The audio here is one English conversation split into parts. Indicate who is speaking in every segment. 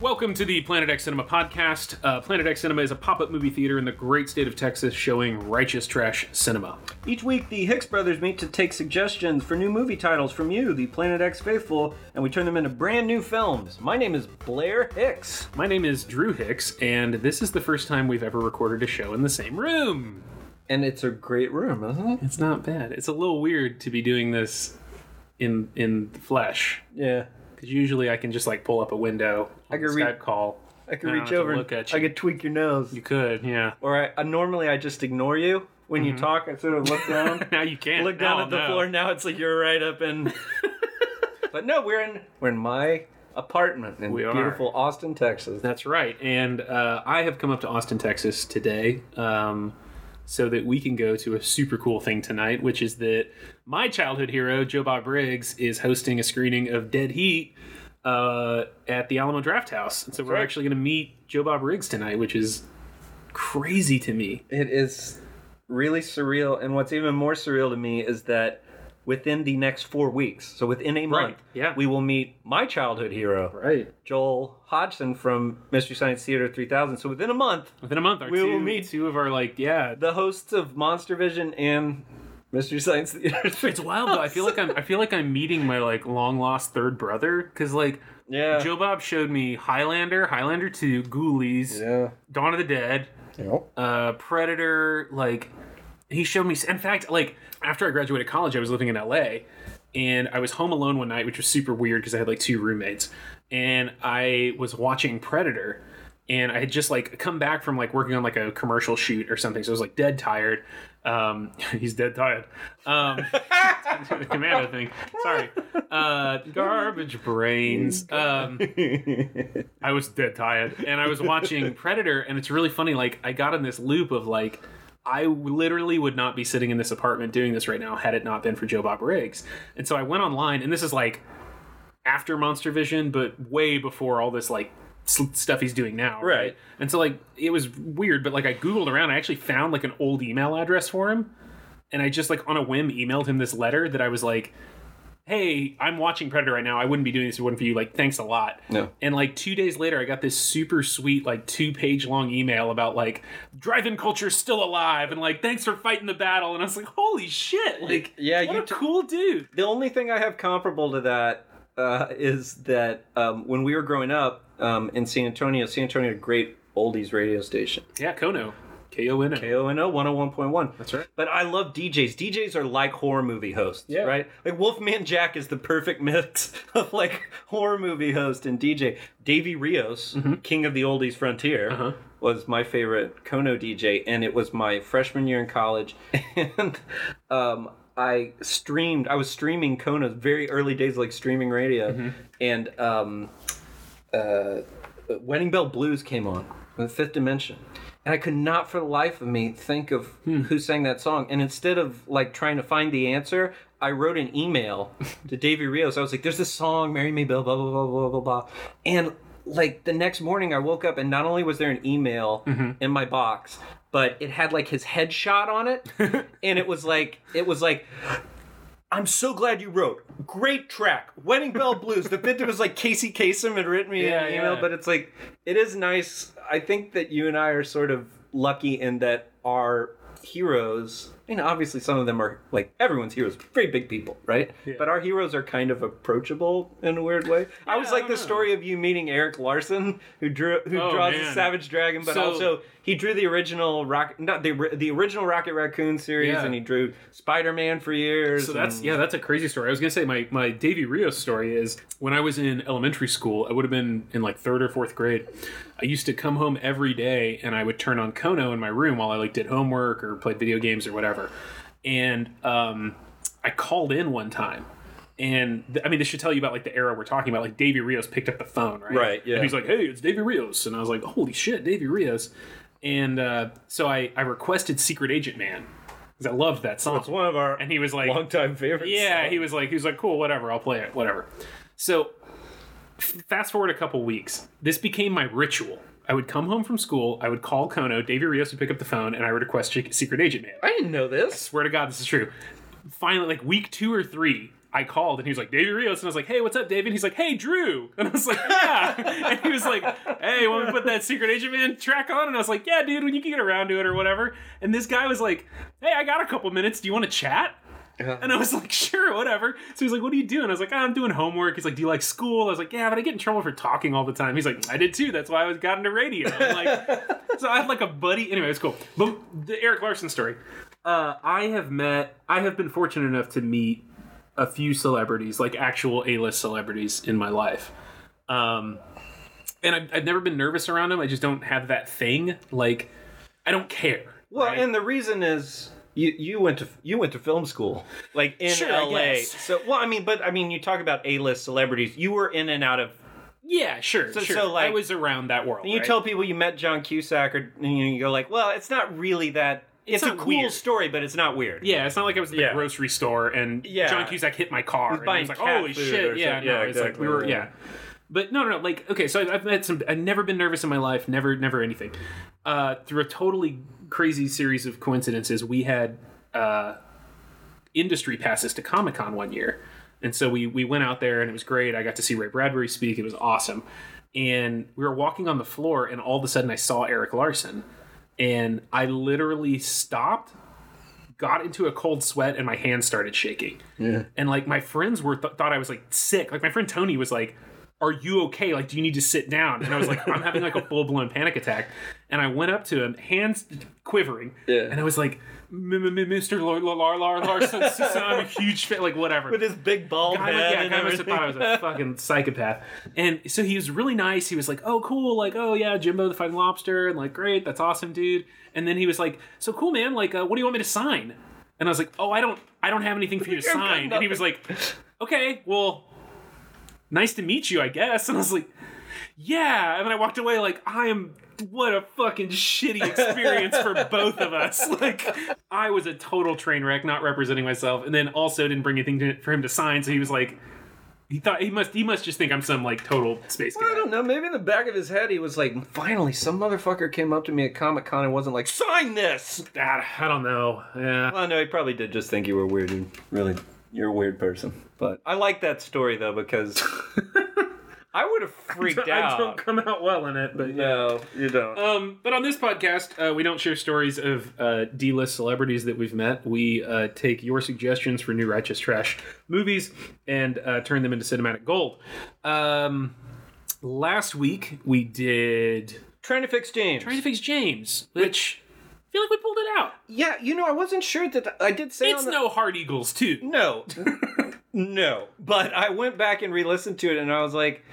Speaker 1: Welcome to the Planet X Cinema podcast. Uh, Planet X Cinema is a pop up movie theater in the great state of Texas showing righteous trash cinema.
Speaker 2: Each week, the Hicks brothers meet to take suggestions for new movie titles from you, the Planet X faithful, and we turn them into brand new films. My name is Blair Hicks.
Speaker 1: My name is Drew Hicks, and this is the first time we've ever recorded a show in the same room.
Speaker 2: And it's a great room, isn't it?
Speaker 1: It's not bad. It's a little weird to be doing this in in the flesh
Speaker 2: Yeah.
Speaker 1: because usually I can just like pull up a window.
Speaker 2: I
Speaker 1: on
Speaker 2: could
Speaker 1: the
Speaker 2: re-
Speaker 1: Skype call.
Speaker 2: I could
Speaker 1: I don't have
Speaker 2: reach
Speaker 1: to
Speaker 2: over.
Speaker 1: look at
Speaker 2: I
Speaker 1: you.
Speaker 2: could tweak your nose.
Speaker 1: You could, yeah.
Speaker 2: or I, uh, normally I just ignore you when
Speaker 1: Mm-hmm.
Speaker 2: you talk. I sort of look down,
Speaker 1: now you Oh, can't
Speaker 2: look down
Speaker 1: Now
Speaker 2: at the
Speaker 1: I'll know.
Speaker 2: floor. Now it's like you're right up in. but no, we're in we're in my apartment in
Speaker 1: We are.
Speaker 2: beautiful Austin, Texas.
Speaker 1: That's right. And uh, I have come up to Austin, Texas today um, so that we can go to a super cool thing tonight, which is that my childhood hero, Joe Bob Briggs, is hosting a screening of Dead Heat uh, at the Alamo Draft House. And so we're
Speaker 2: right.
Speaker 1: actually going to meet Joe Bob Briggs tonight, which is crazy to me.
Speaker 2: It is really surreal, and what's even more surreal to me is that within the next four weeks, so within a month,
Speaker 1: yeah.
Speaker 2: we will meet my childhood hero,
Speaker 1: Right.
Speaker 2: Joel Hodgson from Mystery Science Theater 3000. So within a month,
Speaker 1: Within a month, our
Speaker 2: We
Speaker 1: two,
Speaker 2: will meet.
Speaker 1: two of our, like, yeah.
Speaker 2: the hosts of Monster Vision and Mystery Science Theater.
Speaker 1: It's wild though. I feel like I'm. I feel like I'm meeting my like long lost third brother because like
Speaker 2: yeah.
Speaker 1: Joe Bob showed me Highlander, Highlander 2, Ghoulies,
Speaker 2: yeah.
Speaker 1: Dawn of the Dead, uh, Predator. Like, he showed me. In fact, like, after I graduated college, I was living in LA and I was home alone one night, which was super weird because I had like two roommates. And I was watching Predator and I had just like come back from like working on like a commercial shoot or something. So I was like dead tired. Um, he's dead tired. Um, the commando thing. Sorry. Uh, garbage brains. Um, I was dead tired, and I was watching Predator, and it's really funny. Like I got in this loop of like, I literally would not be sitting in this apartment doing this right now had it not been for Joe Bob Riggs. And so I went online, and this is like after Monster Vision, but way before all this like s- stuff he's doing now, right?
Speaker 2: Right.
Speaker 1: And so like it was weird, but like I googled around, I actually found like an old email address for him, and I just like on a whim emailed him this letter that I was like. Hey, I'm watching Predator right now. I wouldn't be doing this if it wasn't for you. Like, thanks a lot.
Speaker 2: No.
Speaker 1: And like two days later, I got this super sweet, like two page long email about like drive-in culture's still alive, and like thanks for fighting the battle. And I was like, holy shit! Like,
Speaker 2: Yeah,
Speaker 1: what
Speaker 2: you
Speaker 1: a
Speaker 2: t-
Speaker 1: cool dude.
Speaker 2: The only thing I have comparable to that uh, is that um, when we were growing up um, in San Antonio, San Antonio had a great oldies radio station.
Speaker 1: Yeah, Kono, K O N O.
Speaker 2: KONO 101.1.
Speaker 1: That's right.
Speaker 2: But I love DJs. DJs are like horror movie hosts,
Speaker 1: Yeah.
Speaker 2: right? Like Wolfman Jack is the perfect mix of like horror movie host and DJ. Davey Rios, king of the oldies frontier,
Speaker 1: Mm-hmm. Uh-huh.
Speaker 2: was my favorite Kono DJ, and it was my freshman year in college. And um, I streamed. I was streaming Kono's very early days, like streaming radio,
Speaker 1: Mm-hmm.
Speaker 2: and um, uh, Wedding Bell Blues came on, the Fifth Dimension. And I could not for the life of me think of who sang that song. And instead of like trying to find the answer, I wrote an email to Davey Rios. I was like, there's this song, Marry Me Bill, blah, blah, blah, blah, blah, blah. And like the next morning, I woke up and not only was there an email in my box, but it had like his headshot on it. and it was like, it was like, I'm so glad you wrote. Great track, Wedding Bell Blues. The bit that was like Casey Kasem had written me
Speaker 1: Yeah,
Speaker 2: an email,
Speaker 1: yeah.
Speaker 2: but it's like it is nice. I think that you and I are sort of lucky in that our heroes. I mean, obviously, some of them are like everyone's heroes, very big people, right? But our heroes are kind of approachable in a weird way. I was
Speaker 1: I
Speaker 2: like
Speaker 1: don't
Speaker 2: the
Speaker 1: know.
Speaker 2: story of you meeting Eric Larson, who drew, who
Speaker 1: Oh,
Speaker 2: draws the
Speaker 1: man.
Speaker 2: Savage Dragon, but
Speaker 1: So-
Speaker 2: also he drew the original rock, not the ri- the original Rocket Raccoon series,
Speaker 1: Yeah.
Speaker 2: and he drew Spider Man for years.
Speaker 1: So that's
Speaker 2: and-
Speaker 1: yeah, that's a crazy story. I was gonna say my my Davy Rios story is when I was in elementary school, I would have been in like third or fourth grade. I used to come home every day and I would turn on Kono in my room while I like did homework or played video games or whatever. And um, I called in one time. And th- I mean, this should tell you about like the era we're talking about. Like Davy Rios picked up the phone, right?
Speaker 2: Right, yeah.
Speaker 1: And he's like, "Hey, it's Davy Rios," and I was like, "Holy shit, Davy Rios!" And uh, so I I requested Secret Agent Man because I loved that song.
Speaker 2: It's one of our
Speaker 1: and he was like,
Speaker 2: longtime favorites.
Speaker 1: yeah, he was like, he was like, cool, whatever, I'll play it, whatever. So, f- fast forward a couple weeks, this became my ritual. I would come home from school, I would call Kono, Davey Rios would pick up the phone, and I would request Chick- Secret Agent Man. I
Speaker 2: I didn't know this.
Speaker 1: swear to God, this is true. Finally, like week two or three, I called and he was like, Davey Rios. And I was like, hey, what's up, Davey? And he's like, hey, Drew. And I was like, yeah. and he was like, hey, want me to put that Secret Agent Man track on? And I was like, yeah, dude, when you can get around to it or whatever. And this guy was like, hey, I got a couple minutes. Do you want to chat? And I was like, sure, whatever. So he's like, what are you doing? I was like, "Ah, I'm doing homework. He's like, do you like school? I was like, yeah, but I get in trouble for talking all the time. He's like, I did too. That's why I was got into radio. I'm like, so I had like a buddy. Anyway, it's cool. But the Eric Larson story. Uh, I have met, I have been fortunate enough to meet a few celebrities, like actual A-list celebrities in my life. Um, and I've, I've never been nervous around them. I just don't have that thing. Like, I don't care.
Speaker 2: Well,
Speaker 1: right?
Speaker 2: and the reason is you you went to you went to film school, like in
Speaker 1: Sure, I
Speaker 2: L.A.
Speaker 1: guess.
Speaker 2: So well, I mean, but I mean, you talk about A-list celebrities. You were in and out of.
Speaker 1: yeah, sure,
Speaker 2: So-
Speaker 1: sure.
Speaker 2: so, like-
Speaker 1: I was around that world.
Speaker 2: And you
Speaker 1: right?
Speaker 2: tell people you met John Cusack, or and you go like, well, it's not really that. It's,
Speaker 1: It's
Speaker 2: a
Speaker 1: not
Speaker 2: cool
Speaker 1: weird.
Speaker 2: story, but it's not weird.
Speaker 1: Yeah, it's not like I was at the
Speaker 2: Yeah.
Speaker 1: grocery store and
Speaker 2: Yeah.
Speaker 1: John Cusack hit my car. and I
Speaker 2: buying
Speaker 1: was like,
Speaker 2: cat
Speaker 1: holy
Speaker 2: food or
Speaker 1: shit! Yeah,
Speaker 2: something. Yeah,
Speaker 1: no, it's like
Speaker 2: exactly,
Speaker 1: we were,
Speaker 2: yeah.
Speaker 1: yeah. But no, no, no. Like, okay, so I've, I've met some. I've never been nervous in my life. Never, never anything. Uh, through a totally crazy series of coincidences, we had uh, industry passes to Comic Con one year, and so we we went out there and it was great. I got to see Ray Bradbury speak. It was awesome. And we were walking on the floor, and all of a sudden, I saw Eric Larson, and I literally stopped got into a cold sweat and my hands started shaking. Yeah. And like my friends were th- thought I was like sick. Like my friend Tony was like, "Are you okay? Like, do you need to sit down?" And I was like, "I'm having like a full blown panic attack." And I went up to him, hands quivering,
Speaker 2: Yeah.
Speaker 1: and I was like, "M- m- m- "Mr. Lar Lar Lar Larson, I'm a huge fan. Like, whatever."
Speaker 2: with his big bald
Speaker 1: I,
Speaker 2: head
Speaker 1: yeah,
Speaker 2: and
Speaker 1: guy must have
Speaker 2: everything.
Speaker 1: thought I was a fucking psychopath. And so he was really nice. He was like, "Oh, cool. Like, oh yeah, Jimbo the Fighting Lobster." And like, "Great, that's awesome, dude." And then he was like, "So cool, man. Like, uh, what do you want me to sign?" And I was like, "Oh, I don't, I don't have anything for you to
Speaker 2: got
Speaker 1: sign." And he was like, "Okay, well, nice to meet you, I guess." And I was like, "Yeah." And then I walked away like, "I am." What a fucking shitty experience for both of us. Like, I was a total train wreck, not representing myself, and then also didn't bring anything to, for him to sign. So he was like, he thought he must he must just think I'm some like total space
Speaker 2: I
Speaker 1: cadet.
Speaker 2: don't know. Maybe in the back of his head, he was like, "Finally, some motherfucker came up to me at Comic Con and wasn't like, sign this."
Speaker 1: Ah, I don't know. Yeah.
Speaker 2: Well, no, he probably did just think you were weird. And really, you're a weird person. But I like that story though because I would have freaked
Speaker 1: I don't
Speaker 2: out.
Speaker 1: come out well in it, but yeah.
Speaker 2: No, you don't.
Speaker 1: Um, but on this podcast, uh, we don't share stories of uh, D-list celebrities that we've met. We uh, take your suggestions for new righteous trash movies and uh, turn them into cinematic gold. Um, last week we did
Speaker 2: Trying to fix James.
Speaker 1: Trying to Fix James, which I feel like we pulled it out.
Speaker 2: yeah, you know, I wasn't sure that I did say
Speaker 1: It's
Speaker 2: on the-
Speaker 1: no Hard Eagles too.
Speaker 2: No. no. But I went back and re listened to it and I was like,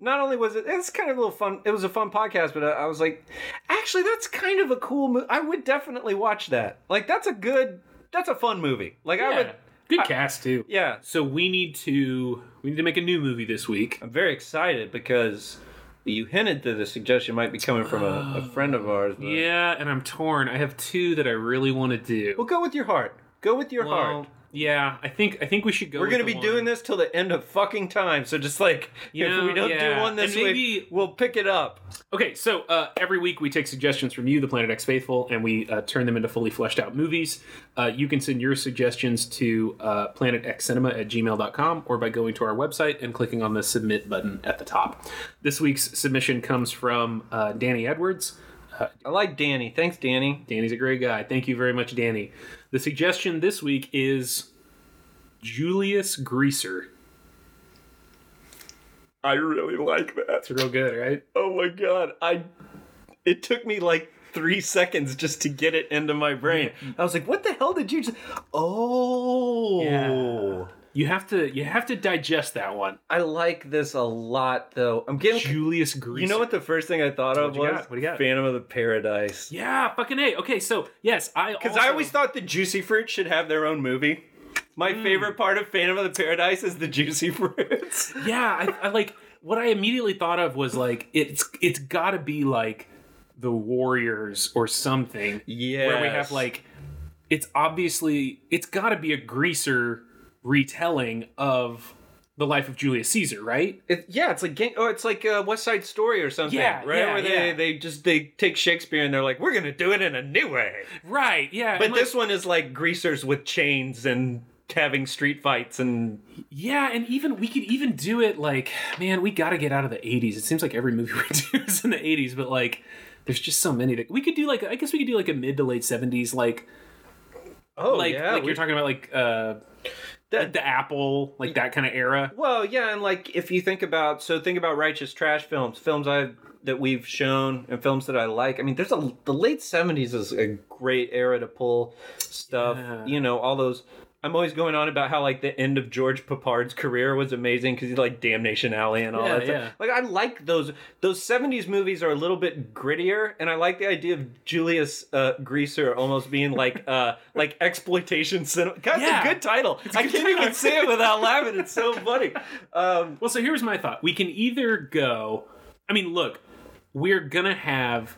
Speaker 2: not only was it, it's kind of a little fun, it was a fun podcast, but I, I was like, actually, that's kind of a cool movie. I would definitely watch that. Like, that's a good, that's a fun movie. Like, I would,
Speaker 1: Yeah. Good cast too.
Speaker 2: yeah.
Speaker 1: So we need to we need to make a new movie this week.
Speaker 2: I'm very excited because you hinted that the suggestion might be coming from a, a friend of ours. But...
Speaker 1: Yeah, and I'm torn. I have two that I really want to do.
Speaker 2: Well, go with your heart. Go with your heart.
Speaker 1: Well, yeah, I think I think we should go.
Speaker 2: We're
Speaker 1: with
Speaker 2: gonna
Speaker 1: the
Speaker 2: be
Speaker 1: one-
Speaker 2: doing this till the end of fucking time. So just like
Speaker 1: You
Speaker 2: if
Speaker 1: know,
Speaker 2: we don't do
Speaker 1: yeah.
Speaker 2: one this
Speaker 1: And
Speaker 2: week,
Speaker 1: maybe-
Speaker 2: we'll pick it up.
Speaker 1: Okay, so uh, every week we take suggestions from you, the Planet X faithful, and we uh, turn them into fully fleshed out movies. Uh, you can send your suggestions to uh, planetxcinema at gmail.com or by going to our website and clicking on the submit button at the top. This week's submission comes from uh, Danny Edwards.
Speaker 2: I like Danny. Thanks, Danny.
Speaker 1: Danny's a great guy. Thank you very much, Danny. The suggestion this week is Julius Greaser.
Speaker 2: I really like that.
Speaker 1: It's real good, right?
Speaker 2: Oh my god, I. It took me like three seconds just to get it into my brain. I was like, "What the hell did you?" Just... Oh,
Speaker 1: Yeah. You have to you have to digest that one.
Speaker 2: I like this a lot, though. I'm getting.
Speaker 1: Julius Greaser.
Speaker 2: You know what the first thing I thought of
Speaker 1: you
Speaker 2: was?
Speaker 1: got? What do you got?
Speaker 2: Phantom of the Paradise.
Speaker 1: Yeah, fucking A. Okay, so yes, I
Speaker 2: Because I
Speaker 1: also-
Speaker 2: always thought the Juicy Fruit should have their own movie. My favorite part of Phantom of the Paradise is the Juicy Fruits.
Speaker 1: Yeah, I, I like what I immediately thought of was like it's it's gotta be like the Warriors or something.
Speaker 2: Yeah.
Speaker 1: where we have like it's obviously it's got to be a greaser retelling of the life of Julius Caesar, right?
Speaker 2: It, yeah, it's like gang- oh, it's like uh, West Side Story or something,
Speaker 1: Yeah,
Speaker 2: right?
Speaker 1: yeah,
Speaker 2: Where they,
Speaker 1: yeah.
Speaker 2: they just they take Shakespeare and they're like, we're gonna do it in a new way.
Speaker 1: Right. Yeah.
Speaker 2: But
Speaker 1: and, like,
Speaker 2: this one is like greasers with chains and having street fights and
Speaker 1: Yeah, and even we could even do it like, man, we got to get out of the 80s. It seems like every movie we do is in the 80s, but like there's just so many that we could do like I guess we could do like a mid to late 70s like
Speaker 2: oh
Speaker 1: like
Speaker 2: yeah,
Speaker 1: like
Speaker 2: we-
Speaker 1: you're talking about like uh like
Speaker 2: that-
Speaker 1: the Apple, like that kind of era.
Speaker 2: Well, yeah, and like if you think about so think about righteous trash films, films I that we've shown and films that I like. I mean, there's a the late '70s is a great era to pull stuff.
Speaker 1: Yeah.
Speaker 2: You know, all those. I'm always going on about how like the end of George Papard's career was amazing because he's like Damnation Alley and all
Speaker 1: Yeah,
Speaker 2: that. stuff.
Speaker 1: yeah.
Speaker 2: Like I like those those '70s movies are a little bit grittier, and I like the idea of Julius uh, Greaser almost being like uh like exploitation cinema. God,
Speaker 1: Yeah.
Speaker 2: it's a good title. I
Speaker 1: good
Speaker 2: can't
Speaker 1: title.
Speaker 2: even say it without laughing. It's so funny. Um,
Speaker 1: Well, so here's my thought. We can either go. I mean, look, we're gonna have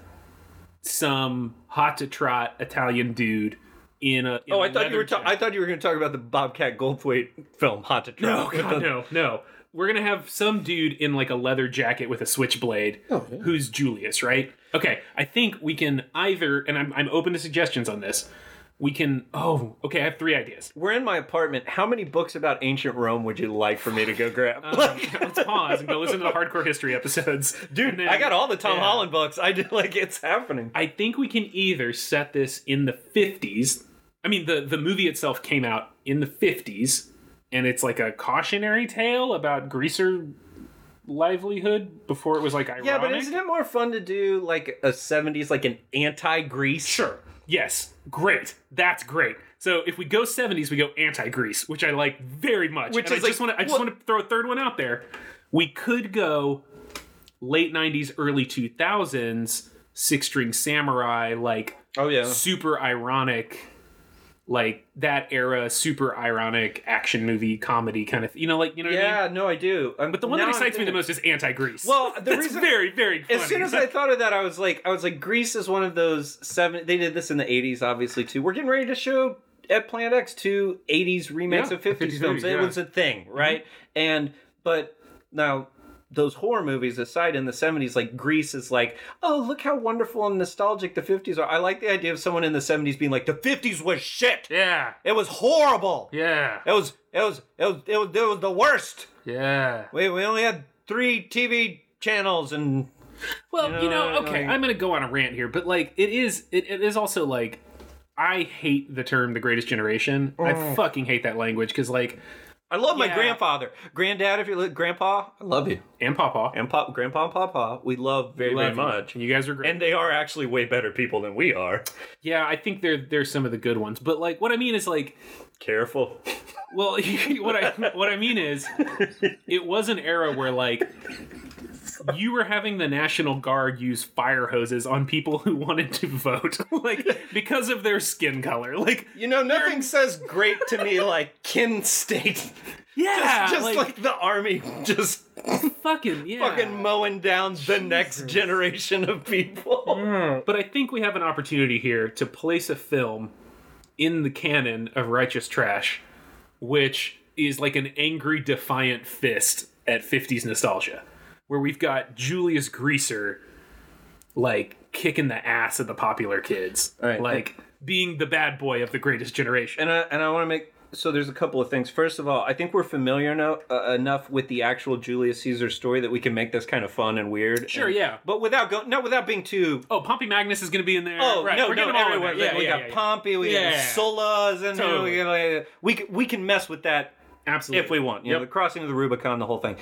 Speaker 1: some hot to trot Italian dude in a. in
Speaker 2: oh,
Speaker 1: a
Speaker 2: I thought
Speaker 1: leather
Speaker 2: you were. Ta- I
Speaker 1: jacket.
Speaker 2: thought you were going to talk about the Bobcat Goldthwait film, Hot to Trot.
Speaker 1: No, Oh, God, no, no. We're gonna have some dude in like a leather jacket with a switchblade.
Speaker 2: Oh, yeah.
Speaker 1: Who's Julius, right? Okay, I think we can either, and I'm I'm open to suggestions on this. We can. Oh, okay. I have three ideas.
Speaker 2: We're in my apartment. How many books about ancient Rome would you like for me to go grab?
Speaker 1: Um, let's pause and go listen to the hardcore history episodes,
Speaker 2: dude,
Speaker 1: And then-
Speaker 2: I got all the Tom
Speaker 1: yeah.
Speaker 2: Holland books. I did like it's happening.
Speaker 1: I think we can either set this in the 50s. I mean, the, the movie itself came out in the 50s, and it's like a cautionary tale about greaser livelihood before it was like ironic.
Speaker 2: Yeah, but isn't it more fun to do like a '70s, like an anti-Grease?
Speaker 1: Sure. Yes. Great. That's great. So if we go 70s, we go anti-Grease, which I like very much.
Speaker 2: Which
Speaker 1: And
Speaker 2: is
Speaker 1: I just
Speaker 2: like-
Speaker 1: want to I just
Speaker 2: what-
Speaker 1: want to throw a third one out there. We could go late 90s, early 2000s, six-string samurai like
Speaker 2: Oh yeah.
Speaker 1: super ironic like that era super ironic action movie comedy kind of you know like you know what I mean?
Speaker 2: Yeah, no, I do. Um,
Speaker 1: but the one
Speaker 2: now
Speaker 1: that
Speaker 2: I'm
Speaker 1: excites me the
Speaker 2: thinking-
Speaker 1: most is anti-grease
Speaker 2: Well, the
Speaker 1: That's
Speaker 2: reason-
Speaker 1: very very funny.
Speaker 2: As soon as I thought of that, I was like, I was like, Greece is one of those seven. They did this in the '80s, obviously too. We're getting ready to show at Planet X two '80s remakes
Speaker 1: Yeah,
Speaker 2: of '50s
Speaker 1: 50s
Speaker 2: films.
Speaker 1: movies,
Speaker 2: It
Speaker 1: yeah. Mm-hmm.
Speaker 2: was a thing, right? And but now those horror movies aside, in the '70s, like Greece is like, oh look how wonderful and nostalgic the '50s are. I like the idea of someone in the '70s being like, the '50s was shit.
Speaker 1: yeah
Speaker 2: It was horrible.
Speaker 1: yeah
Speaker 2: It was it was it was it was, it was the worst.
Speaker 1: yeah
Speaker 2: We we only had three TV channels and
Speaker 1: well you know,
Speaker 2: know, I know
Speaker 1: okay
Speaker 2: you-
Speaker 1: i'm gonna go on a rant here but like it is it, it is also like i hate the term the greatest generation
Speaker 2: Mm.
Speaker 1: i fucking hate that language because like
Speaker 2: I love
Speaker 1: Yeah.
Speaker 2: my grandfather, granddad. If you look, grandpa, I love you,
Speaker 1: and papa
Speaker 2: and pop, grandpa and papa, we love very very much,
Speaker 1: you guys are great
Speaker 2: and they are actually way better people than we are.
Speaker 1: yeah i think they're they're some of the good ones but like what i mean is like
Speaker 2: Careful.
Speaker 1: Well, what I what I mean is, it was an era where like you were having the National Guard use fire hoses on people who wanted to vote, like because of their skin color. Like,
Speaker 2: You know, nothing says great to me like Kin State,
Speaker 1: yeah,
Speaker 2: just
Speaker 1: Uh, like,
Speaker 2: like, the army, just
Speaker 1: fucking yeah.
Speaker 2: fucking mowing down the next generation of people.
Speaker 1: but I think we have an opportunity here to place a film in the canon of righteous trash, which is like an angry, defiant fist at 50s nostalgia, where we've got Julius Greaser like kicking the ass of the popular kids,
Speaker 2: Alright.
Speaker 1: like being the bad boy of the greatest generation.
Speaker 2: and I and I want to make so there's a couple of things. First of all, I think we're familiar no, uh, enough with the actual Julius Caesar story that we can make this kind of fun and weird.
Speaker 1: Sure,
Speaker 2: And-
Speaker 1: yeah.
Speaker 2: but without going, no, without being too.
Speaker 1: oh, Pompey Magnus is going to be in there.
Speaker 2: Oh
Speaker 1: right.
Speaker 2: no,
Speaker 1: We're
Speaker 2: no,
Speaker 1: getting them all in
Speaker 2: everywhere.
Speaker 1: there.
Speaker 2: Yeah, we
Speaker 1: yeah,
Speaker 2: got
Speaker 1: yeah, yeah.
Speaker 2: Pompey, we
Speaker 1: Yeah.
Speaker 2: got Solas, and
Speaker 1: Totally.
Speaker 2: we, got, we can we can mess with that
Speaker 1: Absolutely.
Speaker 2: if we want. You know,
Speaker 1: Yep.
Speaker 2: the crossing of the Rubicon, the whole thing.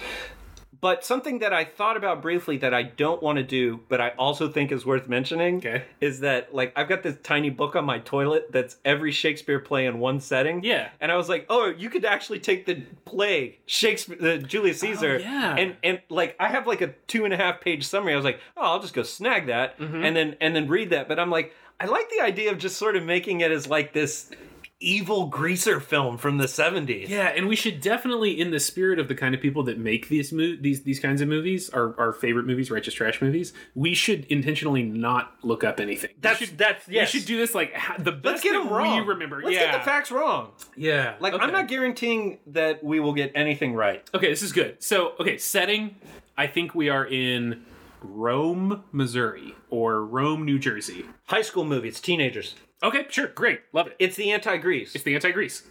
Speaker 2: But something that I thought about briefly that I don't want to do, but I also think is worth mentioning,
Speaker 1: Okay.
Speaker 2: is that like I've got this tiny book on my toilet that's every Shakespeare play in one setting.
Speaker 1: Yeah.
Speaker 2: And I was like, oh, you could actually take the play Shakespeare, the Julius Caesar,
Speaker 1: Oh, yeah.
Speaker 2: and and like I have like a two and a half page summary. I was like, oh, I'll just go snag that
Speaker 1: Mm-hmm.
Speaker 2: and then and then read that. But I'm like, I like the idea of just sort of making it as like this evil greaser film from the 70s.
Speaker 1: Yeah, and we should definitely, in the spirit of the kind of people that make these mo- these these kinds of movies, our our favorite movies, righteous trash movies, we should intentionally not look up anything. We
Speaker 2: That's
Speaker 1: should-
Speaker 2: that's yes.
Speaker 1: we should do this like ha- the best
Speaker 2: Let's get them
Speaker 1: that
Speaker 2: wrong.
Speaker 1: we remember.
Speaker 2: Let's
Speaker 1: yeah,
Speaker 2: get the facts wrong.
Speaker 1: yeah.
Speaker 2: Like
Speaker 1: Okay.
Speaker 2: I'm not guaranteeing that we will get anything right.
Speaker 1: Okay, this is good. So, okay, setting. I think we are in Rome, Missouri, or Rome, New Jersey.
Speaker 2: High school movie. It's teenagers.
Speaker 1: Okay, sure, great, love it.
Speaker 2: It's the anti-Grease.
Speaker 1: It's the anti-Grease.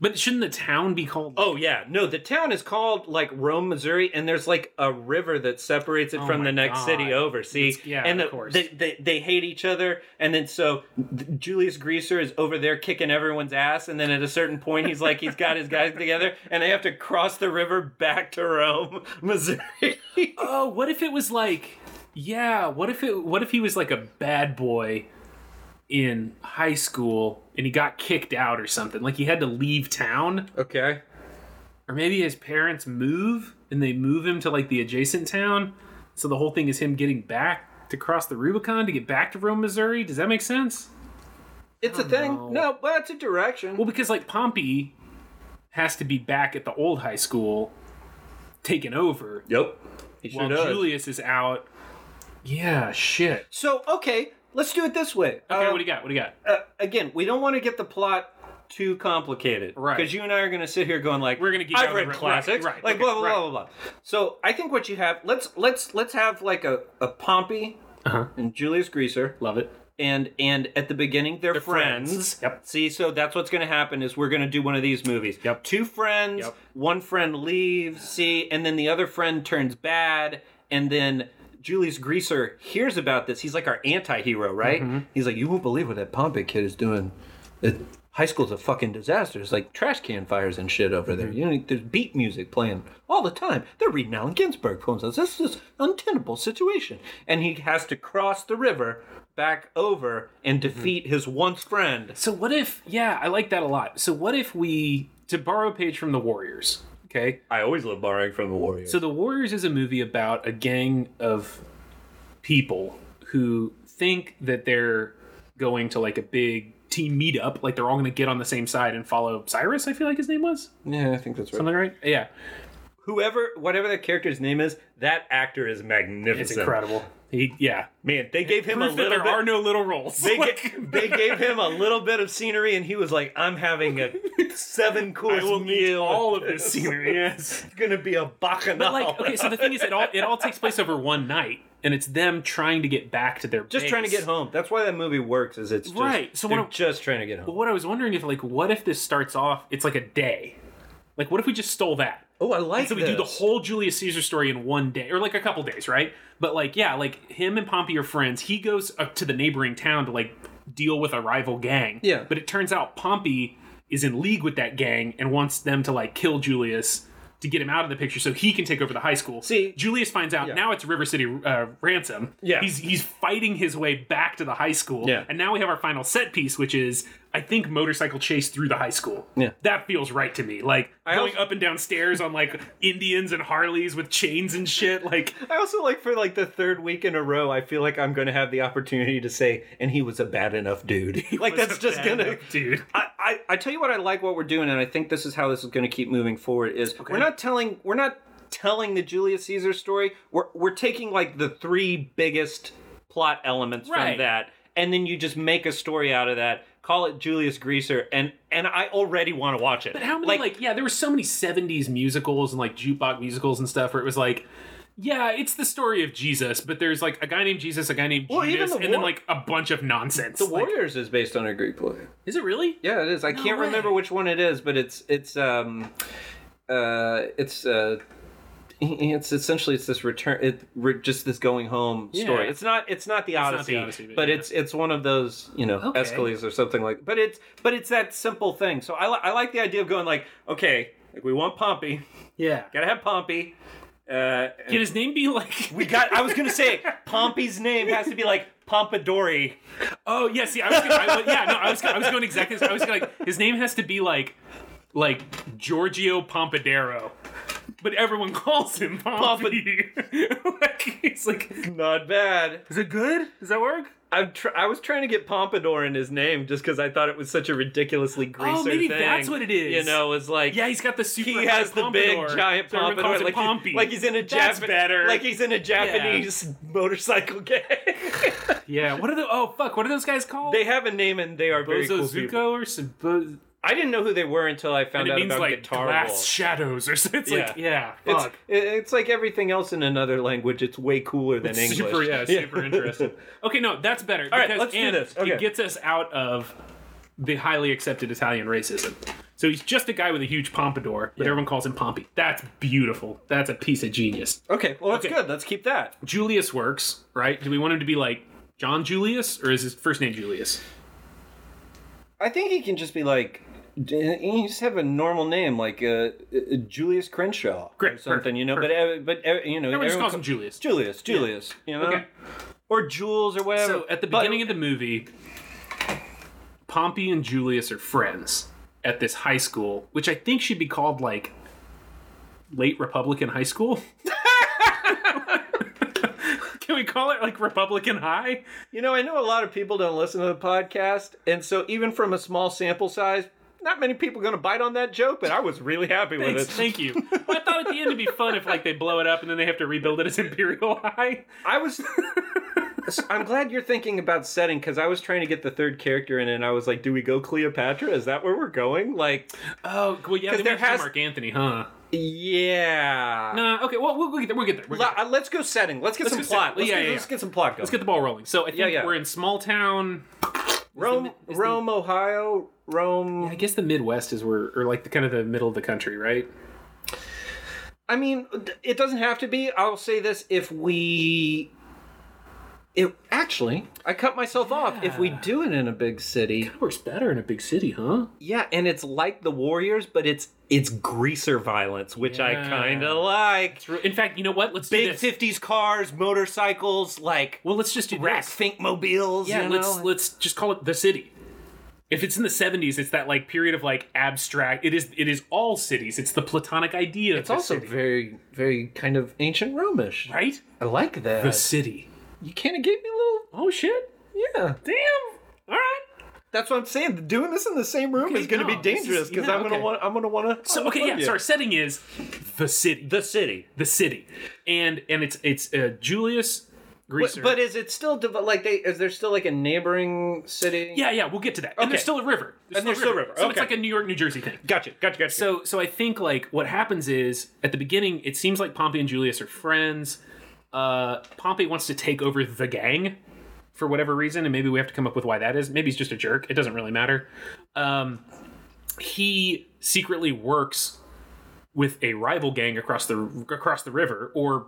Speaker 1: But shouldn't the town be called?
Speaker 2: Oh yeah, no. The town is called like Rome, Missouri, and there's like a river that separates it
Speaker 1: Oh
Speaker 2: from
Speaker 1: my
Speaker 2: the next
Speaker 1: God.
Speaker 2: city over. See,
Speaker 1: It's- yeah,
Speaker 2: and
Speaker 1: of
Speaker 2: the-
Speaker 1: course.
Speaker 2: They, they they hate each other, and then so th- Julius Greaser is over there kicking everyone's ass, and then at a certain point he's like he's got his guys together, and they have to cross the river back to Rome, Missouri.
Speaker 1: Oh, what if it was like? Yeah, what if it? What if he was like a bad boy in high school and he got kicked out or something? Like he had to leave town,
Speaker 2: okay.
Speaker 1: or maybe his parents move and they move him to like the adjacent town. So the whole thing is him getting back to cross the Rubicon to get back to Rome, Missouri. Does that make sense?
Speaker 2: It's a thing.
Speaker 1: know.
Speaker 2: Oh, No, but it's a direction.
Speaker 1: Well, because like Pompey has to be back at the old high school, taken over,
Speaker 2: yep. He
Speaker 1: while
Speaker 2: sure does.
Speaker 1: Julius is out. Yeah, shit.
Speaker 2: So okay, let's do it this way.
Speaker 1: Okay,
Speaker 2: Uh,
Speaker 1: what do you got? What do you got?
Speaker 2: uh, again, we don't want to get the plot too complicated,
Speaker 1: Right.
Speaker 2: Because you and I are going to sit here going like,
Speaker 1: We're gonna geek out
Speaker 2: I've
Speaker 1: on
Speaker 2: read
Speaker 1: the- right,
Speaker 2: classics,
Speaker 1: right,
Speaker 2: like
Speaker 1: okay,
Speaker 2: blah blah,
Speaker 1: right.
Speaker 2: blah blah blah. So I think what you have, let's let's let's have like a a Pompey
Speaker 1: Uh-huh.
Speaker 2: and Julius Greaser,
Speaker 1: Love it.
Speaker 2: and and at the beginning they're,
Speaker 1: friends.
Speaker 2: friends.
Speaker 1: Yep.
Speaker 2: See, so that's what's going to happen is we're going to do one of these movies.
Speaker 1: Yep.
Speaker 2: Two friends,
Speaker 1: Yep.
Speaker 2: one friend leaves, see, and then the other friend turns bad, and then Julius Greaser hears about this. He's like our anti-hero, right?
Speaker 1: Mm-hmm.
Speaker 2: He's like, you won't believe what that Pompey kid is doing. It, high school's a fucking disaster. It's like trash can fires and shit over
Speaker 1: Mm-hmm.
Speaker 2: there. You know, there's beat music playing all the time. They're reading Allen Ginsberg poems. This is an untenable situation. And he has to cross the river back over and
Speaker 1: Mm-hmm.
Speaker 2: defeat his once friend.
Speaker 1: So what if? Yeah, I like that a lot. So what if we to borrow a page from the Warriors? Okay.
Speaker 2: I always love borrowing from the Warriors.
Speaker 1: So the Warriors is a movie about a gang of people who think that they're going to like a big team meetup, like they're all going to get on the same side and follow Cyrus. I feel like his name was
Speaker 2: yeah, I think that's right.
Speaker 1: something right. Yeah,
Speaker 2: Whoever, whatever that character's name is, that actor is magnificent.
Speaker 1: it's incredible. He, yeah,
Speaker 2: Man, they gave him a
Speaker 1: proof that
Speaker 2: little
Speaker 1: there
Speaker 2: bit.
Speaker 1: are no little roles.
Speaker 2: they,
Speaker 1: Like,
Speaker 2: ga- they gave him a little bit of scenery, and he was like, "I'm having a seven course
Speaker 1: I will need
Speaker 2: meal.
Speaker 1: all of this scenery. Yes.
Speaker 2: It's gonna be a bacchanal."
Speaker 1: But like, okay, so the thing is, it all it all takes place over one night, and it's them trying to get back to their
Speaker 2: just trying to get home. That's why that movie works. Is it's just,
Speaker 1: Right, so
Speaker 2: they're
Speaker 1: what I'm-
Speaker 2: just trying to get home.
Speaker 1: What I was wondering if like, what if this starts off? It's like a day. Like, what if we just stole that?
Speaker 2: Oh, I like
Speaker 1: So we do the whole Julius Caesar story in one day, or like a couple days, right? But like, yeah, like him and Pompey are friends. He goes up to the neighboring town to like deal with a rival gang.
Speaker 2: Yeah.
Speaker 1: But it turns out Pompey is in league with that gang and wants them to like kill Julius to get him out of the picture so he can take over the high school.
Speaker 2: See-
Speaker 1: Julius finds out now it's River City uh, ransom.
Speaker 2: Yeah.
Speaker 1: He's he's fighting his way back to the high school.
Speaker 2: Yeah.
Speaker 1: And now we have our final set piece, which is I think motorcycle chase through the high school.
Speaker 2: Yeah.
Speaker 1: That feels right to me. Like going
Speaker 2: also-
Speaker 1: up and down stairs on like Indians and Harleys with chains and shit. Like
Speaker 2: I also like for like the third week in a row. I feel like I'm gonna have the opportunity to say, "And he was a bad enough dude." like
Speaker 1: was
Speaker 2: that's
Speaker 1: a
Speaker 2: just
Speaker 1: bad
Speaker 2: gonna
Speaker 1: enough dude.
Speaker 2: I, I, I tell you what I like what we're doing, and I think this is how this is going to keep moving forward. Is we're not telling we're not telling the Julius Caesar story. We're we're taking like the three biggest plot elements
Speaker 1: Right.
Speaker 2: from that, and then you just make a story out of that. Call it Julius Greaser, and and I already want to watch it.
Speaker 1: But how many like, yeah, there were so many seventies musicals and like jukebox musicals and stuff where it was like yeah, it's the story of Jesus, but there's like a guy named Jesus, a guy named
Speaker 2: Well, even
Speaker 1: Judas,
Speaker 2: the
Speaker 1: and then
Speaker 2: war-
Speaker 1: like a bunch of nonsense.
Speaker 2: The
Speaker 1: Like,
Speaker 2: Warriors is based on a Greek play.
Speaker 1: is it really?
Speaker 2: Yeah, it is. I can't
Speaker 1: way.
Speaker 2: remember which one it is, but it's it's um uh it's uh it's essentially it's this return it re- just this going home story.
Speaker 1: Yeah.
Speaker 2: It's not it's not the
Speaker 1: not
Speaker 2: Odyssey,
Speaker 1: the Odyssey,
Speaker 2: but,
Speaker 1: but yeah.
Speaker 2: it's it's one of those, you know,
Speaker 1: Okay.
Speaker 2: Aeschylus or something like. But it's but it's that simple thing. So I li- I like the idea of going like, okay, like we want Pompey.
Speaker 1: Yeah.
Speaker 2: Got to have Pompey. Uh
Speaker 1: Can his name be like
Speaker 2: we got I was going to say Pompey's name has to be like Pompadori.
Speaker 1: Oh yeah, see, I was gonna, I, was- yeah, no, I was I was going exactly. This, I was gonna, like, his name has to be like like Giorgio Pompadero, but everyone calls him Pompey. like, it's like,
Speaker 2: Not bad.
Speaker 1: is it good? Does that work?
Speaker 2: I'm tr- I was trying to get Pompadour in his name just because I thought it was such a ridiculously greaser
Speaker 1: Oh, maybe
Speaker 2: thing.
Speaker 1: that's what it is.
Speaker 2: You know, it's like
Speaker 1: Yeah, he's got the super.
Speaker 2: he
Speaker 1: high
Speaker 2: has the big
Speaker 1: pompadour,
Speaker 2: giant
Speaker 1: so everyone
Speaker 2: pompadour,
Speaker 1: calls him
Speaker 2: like, he-
Speaker 1: Pompey.
Speaker 2: like he's in a
Speaker 1: That's
Speaker 2: Jap-
Speaker 1: better.
Speaker 2: like he's in a Japanese motorcycle gang.
Speaker 1: yeah. What are the? Oh fuck! What are those guys called?
Speaker 2: they have a name and they are very
Speaker 1: Bozo
Speaker 2: cool
Speaker 1: Zuko
Speaker 2: people.
Speaker 1: or some. Bo-
Speaker 2: I didn't know who they were until I found
Speaker 1: it
Speaker 2: out
Speaker 1: means
Speaker 2: about
Speaker 1: like
Speaker 2: Guitar
Speaker 1: glass
Speaker 2: Wolf.
Speaker 1: shadows or something. It's like yeah,
Speaker 2: It's,
Speaker 1: fuck.
Speaker 2: it- it's like everything else in another language. It's way cooler than English.
Speaker 1: Super, yeah, super interesting. Okay, no, that's better.
Speaker 2: right,
Speaker 1: because
Speaker 2: let's do
Speaker 1: and
Speaker 2: this. Okay.
Speaker 1: It gets us out of the highly accepted Italian racism. So he's just a guy with a huge pompadour, but everyone calls him Pompey. That's beautiful. That's a piece of genius.
Speaker 2: Okay, well that's
Speaker 1: Okay.
Speaker 2: good. Let's keep that.
Speaker 1: Julius works, right? Do we want him to be like John Julius, or is his first name Julius?
Speaker 2: I think he can just be like, you just have a normal name like uh, uh, Julius Crenshaw,
Speaker 1: Great,
Speaker 2: or something,
Speaker 1: perfect,
Speaker 2: you know. But uh, but uh, you know,
Speaker 1: Everyone just
Speaker 2: everyone
Speaker 1: calls
Speaker 2: ca-
Speaker 1: him Julius.
Speaker 2: Julius, Julius, you know,
Speaker 1: Okay.
Speaker 2: or Jules or whatever.
Speaker 1: So at the
Speaker 2: But-
Speaker 1: beginning of the movie, Pompey and Julius are friends at this high school, which I think should be called like late Republican high school. Can we call it like Republican High?
Speaker 2: you know, I know a lot of people don't listen to the podcast, and so even from a small sample size, not many people going to bite on that joke. But I was really happy with
Speaker 1: Thanks,
Speaker 2: it.
Speaker 1: thank you. Well, I thought at the end it'd be fun if like they blow it up and then they have to rebuild it as Imperial High.
Speaker 2: I was. I'm glad you're thinking about setting because I was trying to get the third character in, and I was like, "Do we go Cleopatra? Is that where we're going?" Like,
Speaker 1: Oh well, yeah,
Speaker 2: 'Cause
Speaker 1: they
Speaker 2: there
Speaker 1: went to
Speaker 2: has-
Speaker 1: Mark Anthony, huh?
Speaker 2: yeah.
Speaker 1: Nah, okay. Well, we'll, we'll get there. We'll get there. We'll get there.
Speaker 2: Let, uh, let's go setting. Let's get
Speaker 1: Let's
Speaker 2: some
Speaker 1: go
Speaker 2: plot.
Speaker 1: setting.
Speaker 2: Let's,
Speaker 1: Yeah,
Speaker 2: get,
Speaker 1: yeah,
Speaker 2: let's
Speaker 1: yeah.
Speaker 2: get some plot going.
Speaker 1: Let's get the ball rolling. So I think
Speaker 2: Yeah, yeah.
Speaker 1: we're in small town.
Speaker 2: Rome, Rome, Ohio, Rome.
Speaker 1: I guess the Midwest is where, or like the kind of the middle of the country, right?
Speaker 2: I mean, d- it doesn't have to be. I'll say this: if we, it actually, I cut myself off. If we do it in a big city,
Speaker 1: It works better in a big city, huh?
Speaker 2: yeah, and it's like the Warriors, but it's it's greaser violence, which I
Speaker 1: Yeah.
Speaker 2: kind of like.
Speaker 1: In fact, you know what? Let's do
Speaker 2: Big
Speaker 1: this.
Speaker 2: fifties cars, motorcycles, like
Speaker 1: Well, let's just do
Speaker 2: rack
Speaker 1: this.
Speaker 2: think mobiles.
Speaker 1: Yeah,
Speaker 2: you
Speaker 1: let's
Speaker 2: know?
Speaker 1: let's just call it the city. If it's in the '70s, it's that like period of like abstract. It is it is all cities. It's the Platonic idea.
Speaker 2: It's also very, very kind of ancient Romish.
Speaker 1: right.
Speaker 2: I like that.
Speaker 1: The city.
Speaker 2: You kind of gave me a
Speaker 1: Oh shit!
Speaker 2: little, yeah.
Speaker 1: Damn. All right.
Speaker 2: That's what I'm saying. Doing this in the same room
Speaker 1: Okay,
Speaker 2: is going to
Speaker 1: no,
Speaker 2: be
Speaker 1: this is-
Speaker 2: dangerous because
Speaker 1: yeah,
Speaker 2: I'm going
Speaker 1: okay.
Speaker 2: to want. I'm going to want to.
Speaker 1: So okay, yeah. So our setting is the city.
Speaker 2: the city.
Speaker 1: the city, and and it's it's uh, Julius
Speaker 2: But,
Speaker 1: Greaser.
Speaker 2: but is it still div- like they? Is there still like a neighboring city?
Speaker 1: yeah, yeah, we'll get to that. And there's
Speaker 2: Okay.
Speaker 1: still a river.
Speaker 2: And there's still a river,
Speaker 1: So it's
Speaker 2: okay.
Speaker 1: like a New York, New Jersey thing.
Speaker 2: Gotcha. Gotcha. Gotcha.
Speaker 1: So so I think like what happens is at the beginning it seems like Pompey and Julius are friends. Uh, Pompey wants to take over the gang for whatever reason, and maybe we have to come up with why that is. Maybe he's just a jerk. It doesn't really matter. Um, he secretly works with a rival gang across the across the river, or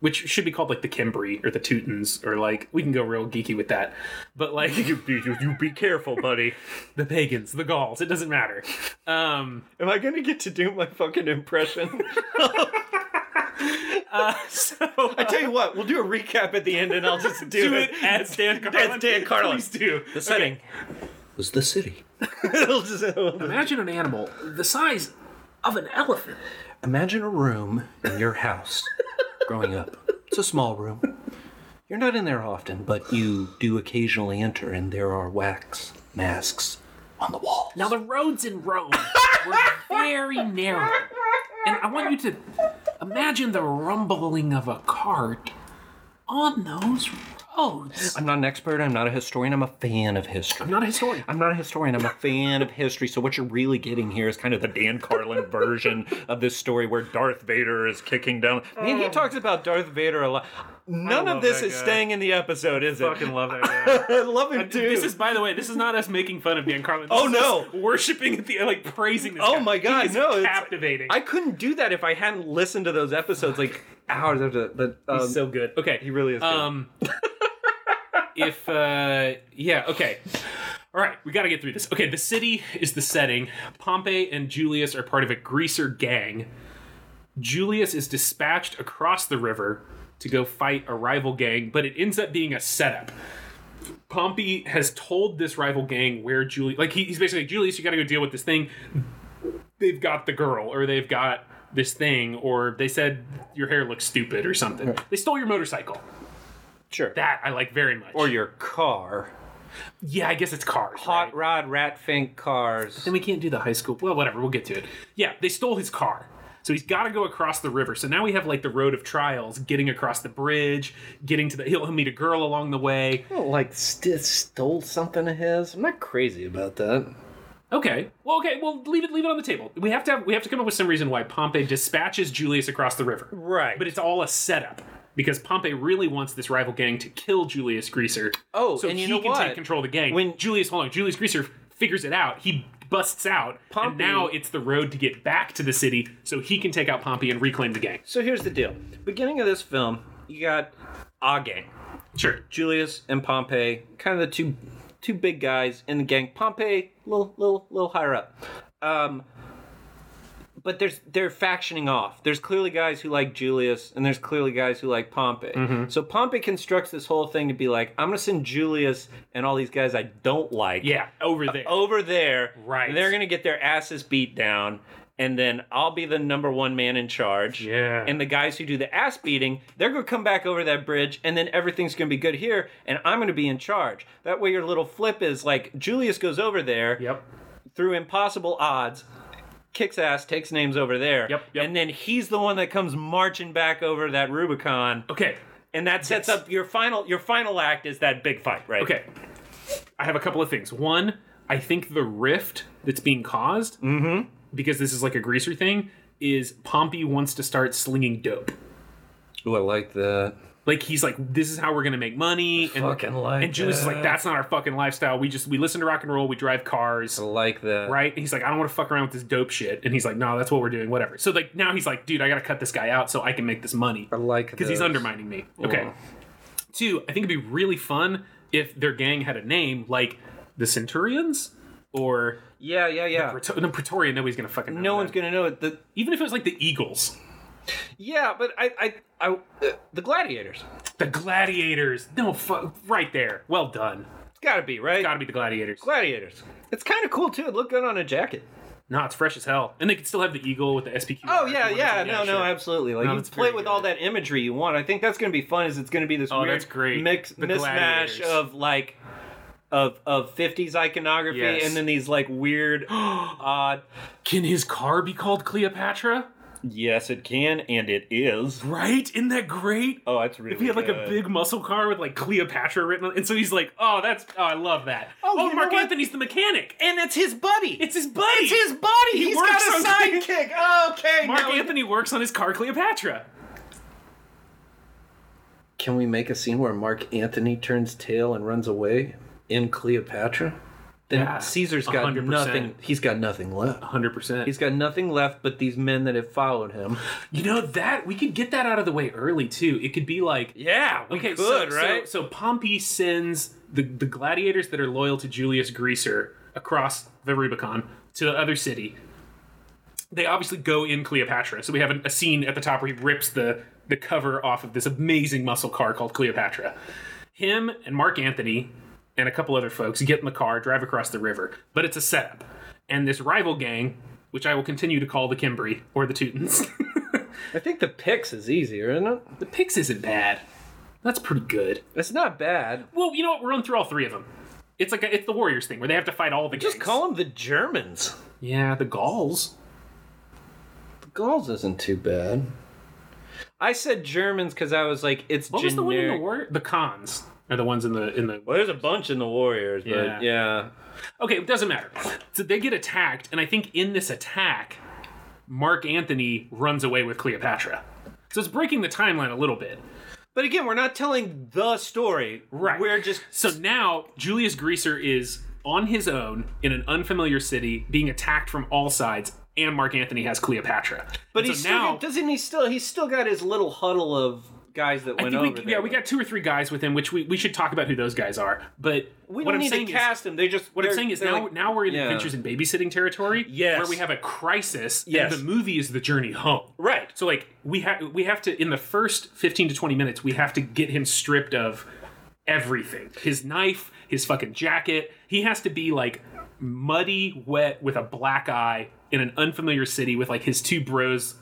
Speaker 1: which should be called like the Kimbri or the Teutons, or like we can go real geeky with that. But like
Speaker 2: you, you, you be careful, buddy.
Speaker 1: the pagans, the Gauls, it doesn't matter. Um,
Speaker 2: Am I going to get to do my fucking impression?
Speaker 1: uh, so
Speaker 2: I tell you what, we'll do a recap at the end, and I'll just do,
Speaker 1: do it as Dan Carlin.
Speaker 2: As Dan Carlin.
Speaker 1: Please do.
Speaker 2: The setting was the city. It'll just- it'll-
Speaker 1: Imagine an animal the size of an elephant.
Speaker 2: Imagine a room in your house growing up. It's a small room. You're not in there often, but you do occasionally enter, and there are wax masks on the wall.
Speaker 1: Now the roads in Rome were very narrow, and I want you to imagine the rumbling of a cart on those roads.
Speaker 2: I'm not an expert, I'm not a historian, I'm a fan of history.
Speaker 1: I'm not a historian.
Speaker 2: I'm not a historian, I'm a fan of history. So, what you're really getting here is kind of the Dan Carlin version of this story where Darth Vader is kicking down. Man, he talks about Darth Vader a lot. None of
Speaker 1: love
Speaker 2: this
Speaker 1: that
Speaker 2: is
Speaker 1: guy.
Speaker 2: staying in the episode, is it?
Speaker 1: love that guy.
Speaker 2: I love him too.
Speaker 1: This is, by the way, this is not us making fun of Dan Carlin. This
Speaker 2: Oh,
Speaker 1: is
Speaker 2: no.
Speaker 1: us worshiping at the like praising this.
Speaker 2: Oh
Speaker 1: guy.
Speaker 2: my God,
Speaker 1: He is
Speaker 2: no, it's-
Speaker 1: captivating.
Speaker 2: I couldn't do that if I hadn't listened to those episodes like hours after. But um,
Speaker 1: so good. Okay,
Speaker 2: he really is. Good.
Speaker 1: Um, if uh, yeah, okay. All right, we got to get through this. Okay, the city is the setting. Pompey and Julius are part of a greaser gang. Julius is dispatched across the river to go fight a rival gang, but it ends up being a setup. Pompey has told this rival gang where Julius, like he, he's basically like, Julius, you got to go deal with this thing. They've got the girl, or they've got this thing, or they said your hair looks stupid, or something. They stole your motorcycle.
Speaker 2: sure.
Speaker 1: That I like very much.
Speaker 2: or your car,
Speaker 1: yeah, I guess it's cars.
Speaker 2: hot
Speaker 1: right?
Speaker 2: rod rat fink cars.
Speaker 1: Then we can't do the high school. Well, whatever. We'll get to it. Yeah, they stole his car. So he's got to go across the river. So now we have like the road of trials, getting across the bridge, getting to the. He'll, he'll meet a girl along the way.
Speaker 2: Like st- stole something of his. I'm not crazy about that.
Speaker 1: Okay. Well, okay. Well, leave it. Leave it on the table. We have to have. We have to come up with some reason why Pompey dispatches Julius across the river.
Speaker 2: Right.
Speaker 1: But it's all a setup because Pompey really wants this rival gang to kill Julius Greaser.
Speaker 2: Oh,
Speaker 1: so
Speaker 2: and you
Speaker 1: he
Speaker 2: know
Speaker 1: can
Speaker 2: what?
Speaker 1: take control of the gang.
Speaker 2: When-
Speaker 1: Julius, hold on, Julius Greaser figures it out. He busts out,
Speaker 2: Pompey-
Speaker 1: and now it's the road to get back to the city so he can take out Pompey and reclaim the gang.
Speaker 2: So here's the deal. Beginning of this film, you got Agang,
Speaker 1: Sure.
Speaker 2: Julius and Pompey, kind of the two two big guys in the gang. Pompey, little little little higher up. Um but there's they're factioning off. There's clearly guys who like Julius, and there's clearly guys who like Pompey.
Speaker 1: Mm-hmm.
Speaker 2: So Pompey constructs this whole thing to be like, I'm gonna send Julius and all these guys I don't like
Speaker 1: Yeah, over there.
Speaker 2: over there.
Speaker 1: Right.
Speaker 2: and They're gonna get their asses beat down, and then I'll be the number one man in charge.
Speaker 1: Yeah.
Speaker 2: And the guys who do the ass beating, they're gonna come back over that bridge, and then everything's gonna be good here, and I'm gonna be in charge. That way, your little flip is like Julius goes over there
Speaker 1: Yep.
Speaker 2: through impossible odds. Kicks ass, takes names over there,
Speaker 1: Yep, yep.
Speaker 2: and then he's the one that comes marching back over that Rubicon,
Speaker 1: Okay.
Speaker 2: and that sets up your final. Your final act is that big fight, right?
Speaker 1: Okay. I have a couple of things. One, I think the rift that's being caused, Mm-hmm. because this is like a greaser thing, is Pompey wants to start slinging dope.
Speaker 2: Ooh, I like that.
Speaker 1: Like he's like, this is how we're gonna make money. And,
Speaker 2: Fucking like
Speaker 1: and Julius is like,
Speaker 2: that.
Speaker 1: that's not our fucking lifestyle. We just we listen to rock and roll. We drive cars,
Speaker 2: like that.
Speaker 1: right? And he's like, I don't want to fuck around with this dope shit. And he's like, no, that's what we're doing. Whatever. So like now he's like, dude, I gotta cut this guy out so I can make this money
Speaker 2: like
Speaker 1: because he's undermining me. Okay.
Speaker 2: Yeah.
Speaker 1: Two, I think it'd be really fun if their gang had a name like the Centurions or
Speaker 2: Yeah, yeah, yeah.
Speaker 1: Praetor- no, Praetorian. Nobody's gonna fucking. Know
Speaker 2: No one's
Speaker 1: that.
Speaker 2: gonna know it. The
Speaker 1: Even if it was like the Eagles,
Speaker 2: yeah, but I, I, I uh, the gladiators.
Speaker 1: the Gladiators. No, fuck, right there. Well done.
Speaker 2: It's gotta be right.
Speaker 1: Gotta be the Gladiators.
Speaker 2: gladiators. It's kind of cool too. It looked good on a jacket.
Speaker 1: No, it's fresh as hell, and they could still have the eagle with the SPQ.
Speaker 2: Oh yeah, yeah. No, no,
Speaker 1: sure.
Speaker 2: absolutely. Like
Speaker 1: No,
Speaker 2: you
Speaker 1: that's
Speaker 2: play
Speaker 1: very
Speaker 2: with
Speaker 1: good.
Speaker 2: all that imagery you want. I think that's gonna be fun. Is it's gonna be this
Speaker 1: Oh,
Speaker 2: weird
Speaker 1: that's great.
Speaker 2: mix
Speaker 1: The
Speaker 2: mismatch
Speaker 1: gladiators.
Speaker 2: of like. Of, of 50s iconography
Speaker 1: Yes.
Speaker 2: and then these like weird odd
Speaker 1: Can his car be called Cleopatra?
Speaker 2: yes it can and it is
Speaker 1: Right? Isn't that great?
Speaker 2: oh that's really
Speaker 1: If he had like uh, a
Speaker 2: good.
Speaker 1: big muscle car with like Cleopatra written on, and so he's like, "Oh, that's oh, I love that."
Speaker 2: Oh,
Speaker 1: Oh,
Speaker 2: you know
Speaker 1: Mark
Speaker 2: what?
Speaker 1: Anthony's the mechanic.
Speaker 2: and it's his buddy
Speaker 1: It's his buddy.
Speaker 2: It's his buddy.
Speaker 1: He
Speaker 2: He's
Speaker 1: works
Speaker 2: got a
Speaker 1: on-
Speaker 2: sidekick. Oh, okay.
Speaker 1: Mark
Speaker 2: now we-
Speaker 1: Anthony works on his car Cleopatra.
Speaker 2: Can we make a scene where Mark Anthony turns tail and runs away in Cleopatra? Then
Speaker 1: Yeah,
Speaker 2: Caesar's got
Speaker 1: 100%.
Speaker 2: nothing. He's got nothing left.
Speaker 1: Hundred percent.
Speaker 2: He's got nothing left but these men that have followed him.
Speaker 1: You know that we could get that out of the way early too. It could be like
Speaker 2: Yeah, we
Speaker 1: Okay, so, So, so Pompey sends the, the gladiators that are loyal to Julius Greaser across the Rubicon to the other city. They obviously go in Cleopatra. So we have an- a scene at the top where he rips the, the cover off of this amazing muscle car called Cleopatra. Him and Mark Anthony and a couple other folks get in the car, drive across the river, but it's a setup. And this rival gang, which I will continue to call the Kimbri or the Teutons,
Speaker 2: I think the Pix is easier, isn't it?
Speaker 1: the Pix isn't bad. That's pretty good.
Speaker 2: It's not bad.
Speaker 1: Well, you know what? We're on through all three of them. It's like a, it's the Warriors thing where they have to fight all the
Speaker 2: Just
Speaker 1: gangs.
Speaker 2: call them the Germans.
Speaker 1: Yeah, the Gauls.
Speaker 2: The Gauls isn't too bad. I said Germans because I was like, it's
Speaker 1: What was the one in the
Speaker 2: generic-
Speaker 1: war? The cons are the ones in the in the.
Speaker 2: Well, there's a bunch in the Warriors, but
Speaker 1: Yeah.
Speaker 2: yeah.
Speaker 1: Okay, it doesn't matter. So they get attacked, and I think in this attack, Mark Anthony runs away with Cleopatra. So it's breaking the timeline a little bit.
Speaker 2: But again, we're not telling the story.
Speaker 1: Right.
Speaker 2: We're just
Speaker 1: So now Julius Greaser is on his own in an unfamiliar city, being attacked from all sides, and Mark Anthony has Cleopatra.
Speaker 2: But
Speaker 1: And
Speaker 2: he's
Speaker 1: so
Speaker 2: still
Speaker 1: now
Speaker 2: got- doesn't he still he's still got his little huddle of guys that
Speaker 1: I
Speaker 2: went
Speaker 1: think
Speaker 2: over
Speaker 1: we,
Speaker 2: there.
Speaker 1: yeah, we got two or three guys with him, which we, we should talk about who those guys are. But
Speaker 2: We
Speaker 1: what
Speaker 2: don't
Speaker 1: I'm
Speaker 2: need to
Speaker 1: saying is,
Speaker 2: cast him. They just
Speaker 1: what I'm saying is now now we're in
Speaker 2: Yeah.
Speaker 1: adventures in babysitting territory,
Speaker 2: Yes.
Speaker 1: where we have a crisis,
Speaker 2: Yes.
Speaker 1: and the movie is the journey home.
Speaker 2: right.
Speaker 1: So like we have we have to in the first 15 to 20 minutes we have to get him stripped of everything. His knife, his fucking jacket. He has to be like muddy, wet with a black eye in an unfamiliar city with like his two bros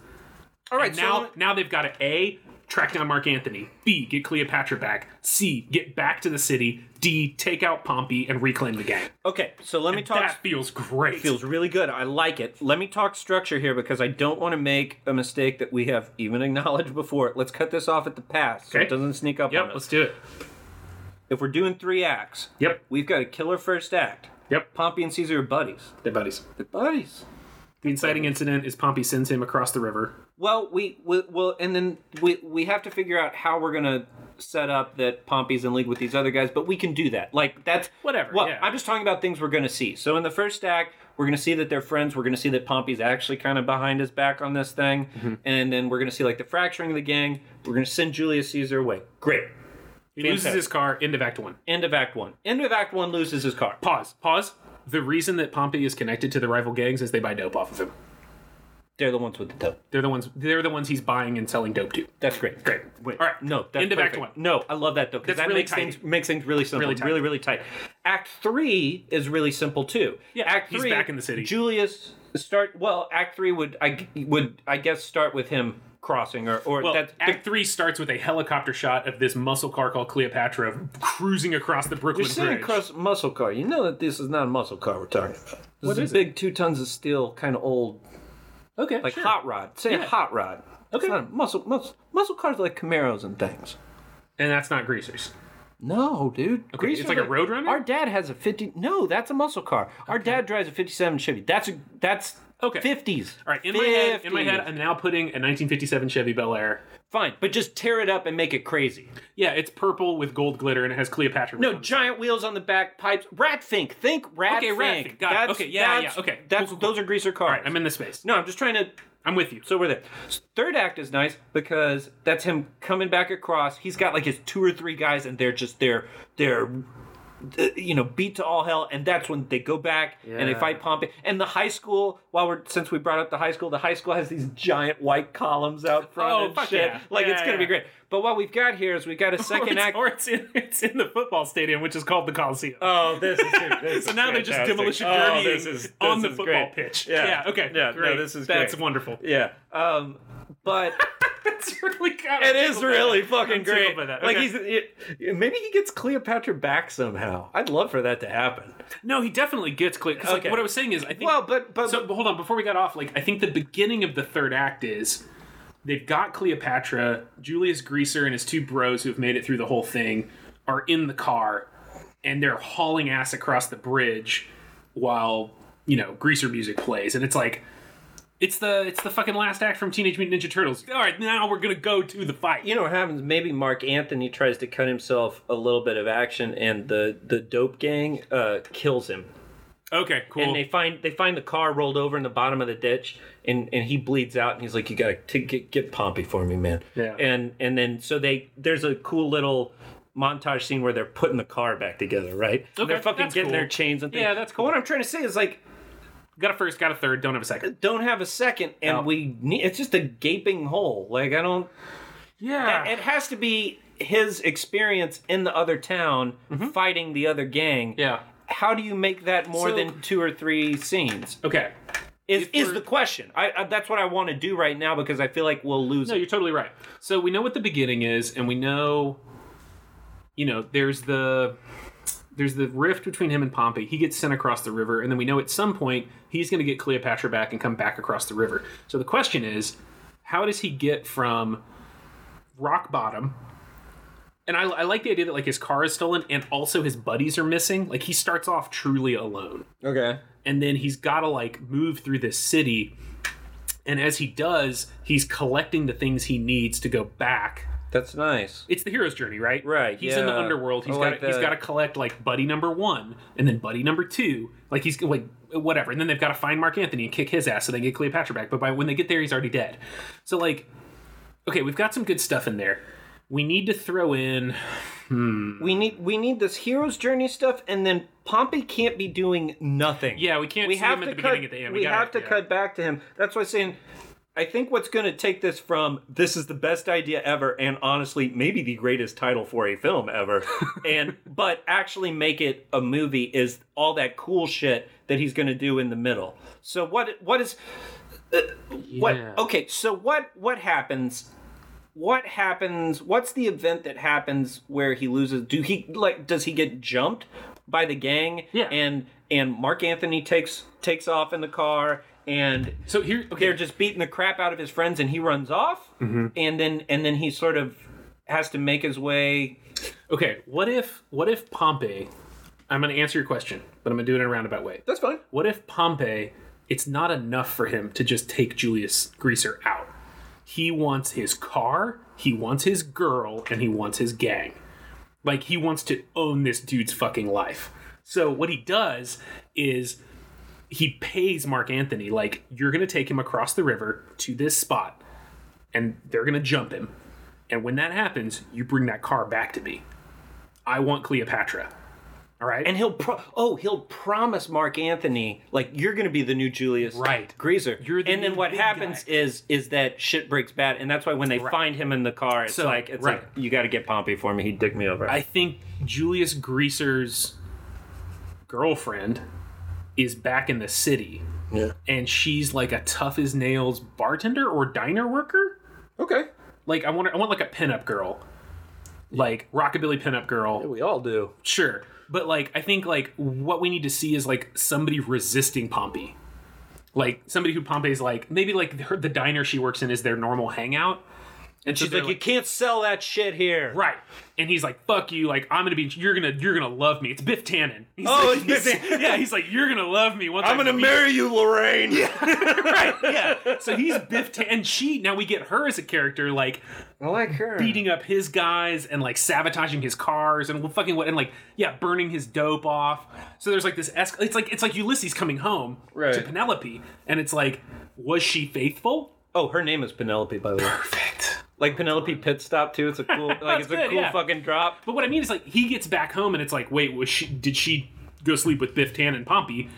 Speaker 2: All right.
Speaker 1: now,
Speaker 2: so
Speaker 1: now they've got to A, track down Mark Anthony. B, get Cleopatra back. C, get back to the city. D, take out Pompey and reclaim the gang.
Speaker 2: okay. So let me talk.
Speaker 1: That feels great.
Speaker 2: Feels really good. I like it. Let me talk structure here because I don't want to make a mistake that we have even acknowledged before. Let's cut this off at the pass so
Speaker 1: Okay.
Speaker 2: it doesn't sneak up
Speaker 1: yep,
Speaker 2: on
Speaker 1: let's
Speaker 2: us.
Speaker 1: do it.
Speaker 2: If we're doing three acts,
Speaker 1: Yep,
Speaker 2: we've got a killer first act.
Speaker 1: yep.
Speaker 2: Pompey and Caesar are buddies.
Speaker 1: They're buddies.
Speaker 2: They're buddies.
Speaker 1: The inciting incident is Pompey sends him across the river.
Speaker 2: Well, we, we well, and then we we have to figure out how we're gonna set up that Pompey's in league with these other guys, but we can do that. Like that's
Speaker 1: Whatever,
Speaker 2: Well,
Speaker 1: yeah.
Speaker 2: I'm just talking about things we're going to see. So in the first act, we're going to see that they're friends. We're going to see that Pompey's actually kind of behind his back on this thing, and then we're going to see like the fracturing of the gang. We're going to send Julius Caesar away. Great.
Speaker 1: He loses
Speaker 2: Fantastic.
Speaker 1: his car. End of Act One.
Speaker 2: End of Act One. End of Act One loses his car.
Speaker 1: Pause. Pause. The reason that Pompey is connected to the rival gangs is they buy dope off of him.
Speaker 2: They're the ones with the dope.
Speaker 1: They're the ones. They're the ones he's buying and selling dope to.
Speaker 2: That's great. Great. Wait,
Speaker 1: All right.
Speaker 2: No. That's
Speaker 1: End of Act
Speaker 2: perfect.
Speaker 1: One.
Speaker 2: No, I love that though because
Speaker 1: That's
Speaker 2: that
Speaker 1: really
Speaker 2: makes
Speaker 1: tidy.
Speaker 2: things makes things really simple.
Speaker 1: Really
Speaker 2: Really,
Speaker 1: tidy.
Speaker 2: really, tight. Act three is really simple too.
Speaker 1: Yeah,
Speaker 2: Act
Speaker 1: he's
Speaker 2: three.
Speaker 1: back in the city.
Speaker 2: Julius start. Well, Act three would I would I guess start with him crossing or or
Speaker 1: Well,
Speaker 2: that's
Speaker 1: Act Three starts with a helicopter shot of this muscle car called Cleopatra cruising across the Brooklyn
Speaker 2: You're sitting
Speaker 1: Bridge.
Speaker 2: across muscle car. You know that this is not a muscle car we're talking about. This is a
Speaker 1: is it?
Speaker 2: big two tons of steel, kind of old,
Speaker 1: okay,
Speaker 2: like
Speaker 1: sure.
Speaker 2: hot rod. Say a hot rod.
Speaker 1: Okay.
Speaker 2: It's not a muscle muscle muscle cars are like Camaros and things.
Speaker 1: and that's not greasers.
Speaker 2: No, dude. Grease
Speaker 1: it's
Speaker 2: was
Speaker 1: like a Roadrunner?
Speaker 2: Our dad has a fifty. No, that's a muscle car. Our dad drives a '57 Chevy. That's a that's
Speaker 1: Okay.
Speaker 2: Fifties.
Speaker 1: All right, in my head, in my head, I'm now putting a 1957 Chevy Bel Air.
Speaker 2: fine, but just tear it up and make it crazy.
Speaker 1: Yeah, it's purple with gold glitter and it has Cleopatra.
Speaker 2: No
Speaker 1: written on it.
Speaker 2: giant wheels on the back, pipes. Rat Fink. Think Rat
Speaker 1: Okay,
Speaker 2: Fink.
Speaker 1: Rat Fink. Got it.
Speaker 2: That's-
Speaker 1: Okay, yeah,
Speaker 2: that's-
Speaker 1: yeah, okay. Cool,
Speaker 2: That's
Speaker 1: cool, cool.
Speaker 2: those are greaser cars.
Speaker 1: All right, I'm in the space.
Speaker 2: no, I'm just trying to.
Speaker 1: I'm with you.
Speaker 2: So we're there. So Third act is nice because that's him coming back across. He's got like his two or three guys, and they're just they're they're uh, you know beat to all hell, and that's when they go back and they
Speaker 1: Yeah.
Speaker 2: fight Pompey. And the high school, while we're since we brought up the high school, the high school has these giant white columns out front
Speaker 1: Oh,
Speaker 2: and
Speaker 1: fuck
Speaker 2: shit.
Speaker 1: yeah.
Speaker 2: Like it's
Speaker 1: Yeah,
Speaker 2: gonna be
Speaker 1: yeah.
Speaker 2: great. But what we've got here is we've got a
Speaker 1: Or
Speaker 2: second
Speaker 1: it's-
Speaker 2: act.
Speaker 1: or it's in, it's in the football stadium, which is called the Coliseum.
Speaker 2: Oh, this is this
Speaker 1: so
Speaker 2: is
Speaker 1: now they're just
Speaker 2: fantastic.
Speaker 1: demolition
Speaker 2: Oh,
Speaker 1: derbying
Speaker 2: this is- this
Speaker 1: on the
Speaker 2: is
Speaker 1: football
Speaker 2: great.
Speaker 1: pitch.
Speaker 2: Yeah.
Speaker 1: okay.
Speaker 2: Yeah, no,
Speaker 1: great.
Speaker 2: this is
Speaker 1: That's
Speaker 2: great.
Speaker 1: wonderful.
Speaker 2: Yeah. Um, but.
Speaker 1: That's really kind
Speaker 2: It is really
Speaker 1: I'm
Speaker 2: fucking
Speaker 1: tickled
Speaker 2: great.
Speaker 1: by that.
Speaker 2: Like
Speaker 1: Okay.
Speaker 2: he's it- maybe he gets Cleopatra back somehow. I'd love for that to happen.
Speaker 1: No, he definitely gets clear. Because
Speaker 2: Okay.
Speaker 1: like, what I was saying is, I think.
Speaker 2: Well, but but
Speaker 1: so but hold on. Before we got off, like I think the beginning of the third act is they've got Cleopatra, Julius Greaser, and his two bros who have made it through the whole thing are in the car, and they're hauling ass across the bridge while you know Greaser music plays, and it's like. It's the it's the fucking last act from Teenage Mutant Ninja Turtles. All right, now we're gonna go to the fight.
Speaker 2: you know what happens? Maybe Mark Anthony tries to cut himself a little bit of action, and the the dope gang uh, kills him.
Speaker 1: Okay, cool.
Speaker 2: And they find they find the car rolled over in the bottom of the ditch, and, and he bleeds out, and he's like, "You gotta t- get, get Pompey for me, man."
Speaker 1: Yeah.
Speaker 2: And and then so they there's a cool little montage scene where they're putting the car back together, right? And they're
Speaker 1: Okay,
Speaker 2: fucking
Speaker 1: that's
Speaker 2: getting
Speaker 1: cool.
Speaker 2: their chains and things.
Speaker 1: Yeah, that's
Speaker 2: But what I'm trying to say is like
Speaker 1: got a first, got a third, don't have a second.
Speaker 2: don't have a second, and
Speaker 1: No.
Speaker 2: we need it's just a gaping hole. Like I don't.
Speaker 1: Yeah,
Speaker 2: It has to be his experience in the other town fighting the other gang.
Speaker 1: Mm-hmm. yeah.
Speaker 2: How do you make that more
Speaker 1: So-
Speaker 2: than two or three scenes?
Speaker 1: Okay,
Speaker 2: Is
Speaker 1: If
Speaker 2: is
Speaker 1: we're-
Speaker 2: the question? I, I that's what I want to do right now because I feel like we'll lose.
Speaker 1: No,
Speaker 2: it.
Speaker 1: you're totally right. So we know what the beginning is, and we know, you know, there's the there's the rift between him and Pompey. He gets sent across the river, and then we know at some point he's going to get Cleopatra back and come back across the river. So the question is, how does he get from rock bottom? And I, I like the idea that like his car is stolen, and also his buddies are missing. Like he starts off truly alone
Speaker 2: Okay.
Speaker 1: and then he's got to like move through this city and as he does he's collecting the things he needs to go back
Speaker 2: That's nice.
Speaker 1: it's the hero's journey right
Speaker 2: Right,
Speaker 1: he's in the
Speaker 2: yeah.
Speaker 1: underworld He's
Speaker 2: I
Speaker 1: got
Speaker 2: like
Speaker 1: to he's
Speaker 2: that.
Speaker 1: got to collect like buddy number one and then buddy number two like he's like whatever and then they've got to find mark anthony and kick his ass so they get cleopatra back but by when they get there he's already dead so like okay we've got some good stuff in there we need to throw in
Speaker 2: We need we need this hero's journey stuff, and then Pompey can't be doing nothing.
Speaker 1: yeah we can't
Speaker 2: we
Speaker 1: see
Speaker 2: have
Speaker 1: him
Speaker 2: to
Speaker 1: at the
Speaker 2: cut.
Speaker 1: beginning at the end
Speaker 2: we
Speaker 1: gotta-
Speaker 2: have to
Speaker 1: yeah.
Speaker 2: cut back to him. That's why I'm saying. I think what's going to take this from this is the best idea ever, and honestly, maybe the greatest title for a film ever, and but actually make it a movie is all that cool shit that he's going to do in the middle. So what? What is? uh, What?
Speaker 1: Yeah.
Speaker 2: Okay. So what? What happens? What happens? What's the event that happens where he loses? Do he like? Does he get jumped by the gang?
Speaker 1: Yeah.
Speaker 2: And and Mark Anthony takes takes off in the car, and
Speaker 1: so here okay
Speaker 2: they're just beating the crap out of his friends, and he runs off, and then and then he sort of has to make his way.
Speaker 1: Okay, what if what if Pompey? I'm gonna answer your question, but I'm gonna do it in a roundabout way.
Speaker 2: That's fine.
Speaker 1: What if Pompey? It's not enough for him to just take Julius Greaser out. He wants his car, he wants his girl, and he wants his gang. Like he wants to own this dude's fucking life. So what he does is he pays Mark Anthony like you're going to take him across the river to this spot and they're going to jump him. And when that happens, you bring that car back to me. I want Cleopatra. All right?
Speaker 2: And he'll pro- oh he'll promise Mark Anthony like you're gonna be the new Julius
Speaker 1: Right.
Speaker 2: Greaser.
Speaker 1: You're the
Speaker 2: and
Speaker 1: new
Speaker 2: then what
Speaker 1: big
Speaker 2: happens
Speaker 1: guy.
Speaker 2: is is that shit breaks bad, and that's why when they find him in the car, it's
Speaker 1: So,
Speaker 2: like it's
Speaker 1: right.
Speaker 2: like you got to get Pompey for me. He dicked me over.
Speaker 1: I think Julius Greaser's girlfriend is back in the city
Speaker 2: yeah.
Speaker 1: and she's like a tough as nails bartender or diner worker.
Speaker 2: Okay.
Speaker 1: Like I want I want like a pinup girl. Like rockabilly pinup girl.
Speaker 2: We all do.
Speaker 1: Sure. But like I think like what we need to see is like somebody resisting Pompey. Like somebody who Pompey's like maybe like her, the diner she works in is their normal hangout. And
Speaker 2: She's
Speaker 1: they're
Speaker 2: like, you can't sell that shit here.
Speaker 1: Right. And he's like, fuck you, like I'm gonna be you're gonna you're gonna love me. It's Biff Tannen. He's
Speaker 2: Oh,
Speaker 1: like,
Speaker 2: it's Biff
Speaker 1: he's-
Speaker 2: Tannen.
Speaker 1: Yeah, he's like, you're gonna love me once I beat-"
Speaker 2: you, Lorraine.
Speaker 1: Right, yeah. So he's Biff Tannen and she now we get her as a character, like
Speaker 2: I like her.
Speaker 1: beating up his guys and like sabotaging his cars and fucking what and like yeah burning his dope off so there's like this es- it's like it's like ulysses coming home
Speaker 2: Right.
Speaker 1: to penelope and it's like was she faithful
Speaker 2: Oh, her name is Penelope, by the way.
Speaker 1: perfect
Speaker 2: Like Penelope Pit Stop too. It's a cool, like
Speaker 1: That's
Speaker 2: it's a
Speaker 1: good,
Speaker 2: cool
Speaker 1: yeah.
Speaker 2: fucking drop.
Speaker 1: but what i mean is like he gets back home and it's like wait was she did she go sleep with biff tan and pompey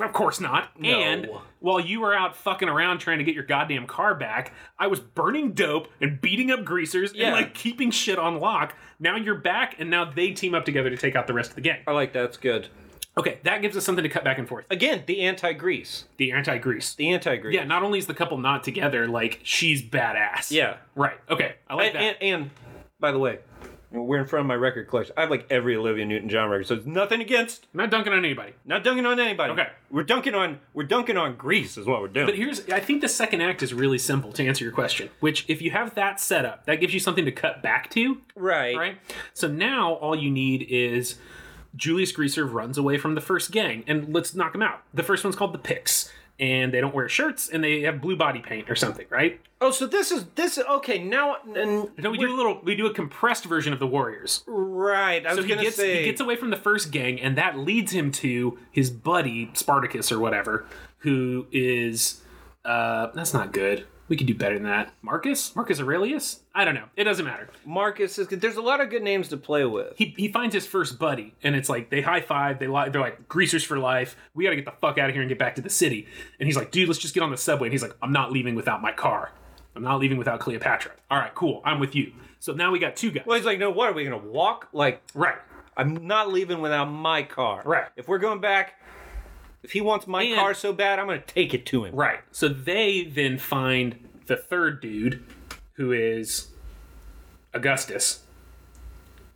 Speaker 1: of course not and while you were out fucking around trying to get your goddamn car back i was burning dope and beating up greasers
Speaker 2: Yeah.
Speaker 1: and like keeping shit on lock now you're back and now they team up together to take out the rest of the gang
Speaker 2: I like that's good.
Speaker 1: Okay, that gives us something to cut back and forth.
Speaker 2: Again, the anti-Grease.
Speaker 1: The anti grease.
Speaker 2: The anti-Grease.
Speaker 1: Yeah, not only is the couple not together, like she's badass.
Speaker 2: Yeah.
Speaker 1: Right. Okay. I like
Speaker 2: And,
Speaker 1: that.
Speaker 2: and, and by the way, we're in front of my record collection. I have like every Olivia Newton-John record, so it's nothing against.
Speaker 1: I'm not dunking on anybody.
Speaker 2: Not dunking on anybody.
Speaker 1: Okay.
Speaker 2: We're dunking on. We're dunking on Grease is what we're doing.
Speaker 1: But here's I think the second act is really simple to answer your question, which if you have that set up, that gives you something to cut back to,
Speaker 2: right.
Speaker 1: right? So now all you need is Julius Greaser runs away from the first gang and let's knock him out. The first one's called the Picks. And they don't wear shirts and they have blue body paint or something, right?
Speaker 2: Oh, so this is this. is- Okay, now and
Speaker 1: No, we do a little we do a compressed version of the Warriors.
Speaker 2: right. I
Speaker 1: So
Speaker 2: was
Speaker 1: he
Speaker 2: gonna
Speaker 1: gets
Speaker 2: say
Speaker 1: he gets away from the first gang, and that leads him to his buddy Spartacus or whatever, who is uh that's not good. We could do better than that. Marcus, Marcus Aurelius. I don't know. It doesn't matter.
Speaker 2: Marcus is. There's a lot of good names to play with.
Speaker 1: He he finds his first buddy, and it's like they high five. They li- they're like greasers for life. We got to get the fuck out of here and get back to the city. And he's like, dude, let's just get on the subway. And he's like, I'm not leaving without my car. I'm not leaving without Cleopatra. All right, cool. I'm with you. So now we got two guys.
Speaker 2: Well, he's like, no. What are we gonna walk? Like,
Speaker 1: Right.
Speaker 2: I'm not leaving without my car.
Speaker 1: Right.
Speaker 2: If we're going back, if he wants my
Speaker 1: And-
Speaker 2: car so bad, I'm gonna take it to him.
Speaker 1: Right. So they then find the third dude, who is Augustus,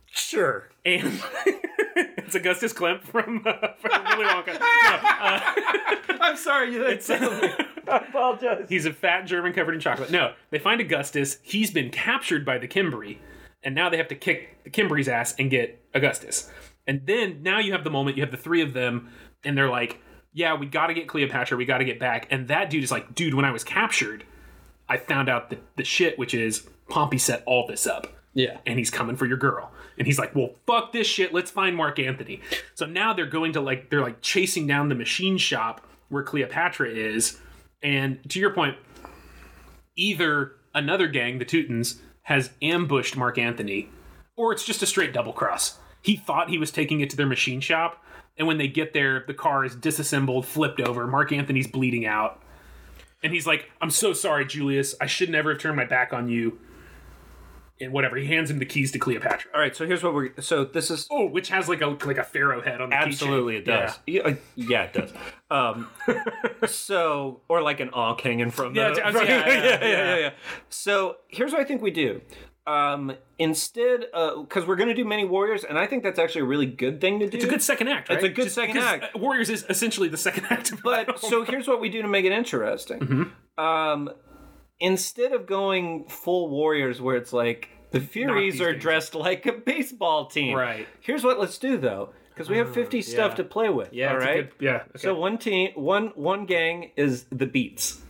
Speaker 2: Sure.
Speaker 1: and it's Augustus Klimt from, uh, from Willy Wonka.
Speaker 2: I'm sorry. You it's,
Speaker 1: No.
Speaker 2: I apologize.
Speaker 1: He's a fat German covered in chocolate. No, they find Augustus. He's been captured by the Cimbri, and now they have to kick the Cimbri's ass and get Augustus. And then now you have the moment. You have the three of them, and they're like, "Yeah, we got to get Cleopatra. We got to get back." And that dude is like, "Dude, when I was captured, I found out the, the shit, which is Pompey set all this up."
Speaker 2: Yeah.
Speaker 1: and he's coming for your girl. And he's like, well, fuck this shit. Let's find Mark Anthony. So now they're going to like, they're like chasing down the machine shop where Cleopatra is. And to your point, either another gang, the Teutons, has ambushed Mark Anthony, or it's just a straight double cross. He thought he was taking it to their machine shop. And when they get there, the car is disassembled, flipped over. Mark Anthony's bleeding out. And he's like, I'm so sorry, Julius. I should never have turned my back on you. And whatever. He hands him the keys to Cleopatra.
Speaker 2: All right. So here's what we're. So this is
Speaker 1: Oh, which has like a like a pharaoh head on the keychain.
Speaker 2: absolutely it does. Yeah, uh, yeah, it does. Um, so or like an auk hanging from
Speaker 1: Yeah,
Speaker 2: the.
Speaker 1: it's-
Speaker 2: from-
Speaker 1: yeah, yeah, yeah.
Speaker 2: So here's what I think we do. Um, instead, because we're gonna do many warriors, and I think that's actually a really good thing to do.
Speaker 1: It's a good second act, right?
Speaker 2: a good second
Speaker 1: 'cause,
Speaker 2: act.
Speaker 1: uh, Warriors is essentially the second act of the
Speaker 2: But
Speaker 1: film.
Speaker 2: so here's what we do to make it interesting.
Speaker 1: Mm-hmm.
Speaker 2: Um, instead of going full Warriors, where it's like the Furies
Speaker 1: these
Speaker 2: are
Speaker 1: dudes.
Speaker 2: dressed like a baseball team.
Speaker 1: Right. Uh,
Speaker 2: Here's what let's do though, because we have 50
Speaker 1: yeah.
Speaker 2: stuff to play with.
Speaker 1: That's
Speaker 2: All
Speaker 1: a
Speaker 2: right.
Speaker 1: good- yeah. okay.
Speaker 2: So one team, one one gang is the Beats.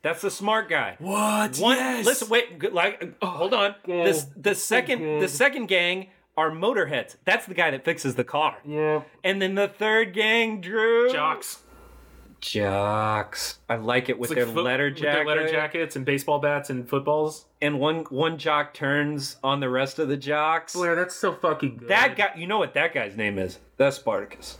Speaker 3: That's the smart guy.
Speaker 1: What?
Speaker 3: One,
Speaker 1: yes. Oh.
Speaker 3: Listen, wait. g- Like, uh, hold on. This the second the second gang are motorheads. That's the guy that fixes the car.
Speaker 1: Yeah.
Speaker 3: And then the third gang, Drew.
Speaker 1: Jocks.
Speaker 2: Jocks. I like it with, their,
Speaker 1: fo-
Speaker 2: letter
Speaker 1: with their letter
Speaker 2: jacket.
Speaker 1: jackets and baseball bats and footballs.
Speaker 2: And one one jock turns on the rest of the jocks.
Speaker 1: Blair, that's so fucking good.
Speaker 3: That guy. You know what that guy's name is?
Speaker 2: That's Spartacus.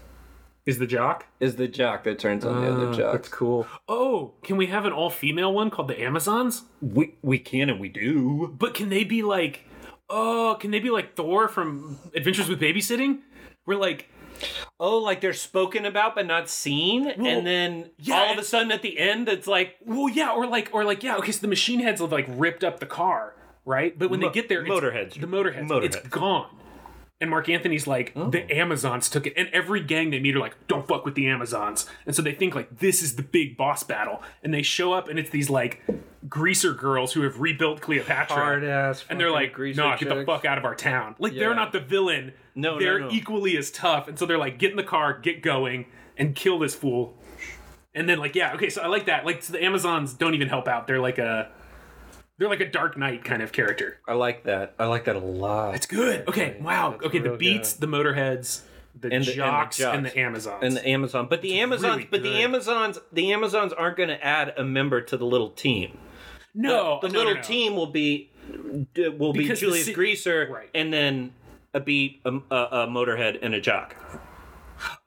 Speaker 1: is the jock.
Speaker 2: Is the jock that turns on the other
Speaker 1: Ah, that's
Speaker 2: jocks.
Speaker 1: cool. Oh, can we have an all-female one called the Amazons?
Speaker 3: We we can and we do.
Speaker 1: But can they be like, oh, can they be like Thor from Adventures with Babysitting? We're like,
Speaker 3: Oh, like they're spoken about but not seen, and then
Speaker 1: yeah,
Speaker 3: all of a
Speaker 1: it's-
Speaker 3: sudden at the end, it's like
Speaker 1: well, yeah, or like, or like, yeah, okay, so the machine heads have like ripped up the car, right? But when
Speaker 3: Mo-
Speaker 1: they get there, it's-
Speaker 3: motorheads.
Speaker 1: the motorheads, it's
Speaker 3: Motorheads. Oh.
Speaker 1: gone. And Mark Anthony's like, the Amazons took it. And every gang they meet are like, don't fuck with the Amazons. And so they think, like, this is the big boss battle. And they show up, and it's these, like, greaser girls who have rebuilt Cleopatra.
Speaker 2: ass.
Speaker 1: and they're like, "No, get the fuck out of our town!" Like
Speaker 2: Yeah.
Speaker 1: they're not the villain.
Speaker 2: No, no,
Speaker 1: they're
Speaker 2: no.
Speaker 1: equally as tough, and so they're like, "Get in the car, get going, and kill this fool." And then like, yeah, okay, so I like that. Like so the Amazons don't even help out. They're like a, they're like a Dark Knight kind of character.
Speaker 2: I like that. I like that a lot.
Speaker 1: It's good. Okay, wow. okay, the
Speaker 2: real
Speaker 1: Beats, the Motorheads, the,
Speaker 2: and the
Speaker 1: jocks, and the
Speaker 2: Jocks.
Speaker 1: Amazons.
Speaker 2: and the Amazon. But the Amazons,
Speaker 1: really
Speaker 2: but the
Speaker 1: good.
Speaker 2: Amazons, the Amazons aren't going to add a member to the little team.
Speaker 1: no,
Speaker 2: the
Speaker 1: no, no,
Speaker 2: little
Speaker 1: no.
Speaker 2: team will be d- will be
Speaker 1: Because the
Speaker 2: Julius
Speaker 1: ci-
Speaker 2: Greaser,
Speaker 1: Right.
Speaker 2: and then a beat, a, a, a Motorhead, and a Jock.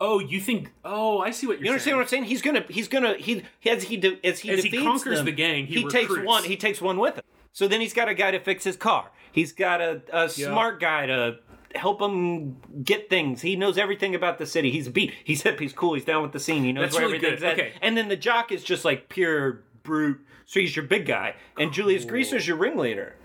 Speaker 1: Oh, you think? Oh, I see what you're.
Speaker 2: You understand
Speaker 1: saying.
Speaker 2: what I'm saying? He's gonna, he's gonna, he as he de- as he
Speaker 1: As he
Speaker 2: defeats
Speaker 1: conquers
Speaker 2: them,
Speaker 1: the gang, he
Speaker 2: takes
Speaker 1: recruits.
Speaker 2: one. He takes one with him. So then he's got a guy to fix his car. He's got a, a smart guy to help him get things. He knows everything about the city. He's beat. He's hip. He's cool. He's down with the scene. He knows
Speaker 1: That's
Speaker 2: where
Speaker 1: really
Speaker 2: everything's
Speaker 1: good.
Speaker 2: at.
Speaker 1: Okay.
Speaker 2: And then the jock is just like pure brute. So he's your big guy, and Julius Greaser's your ringleader.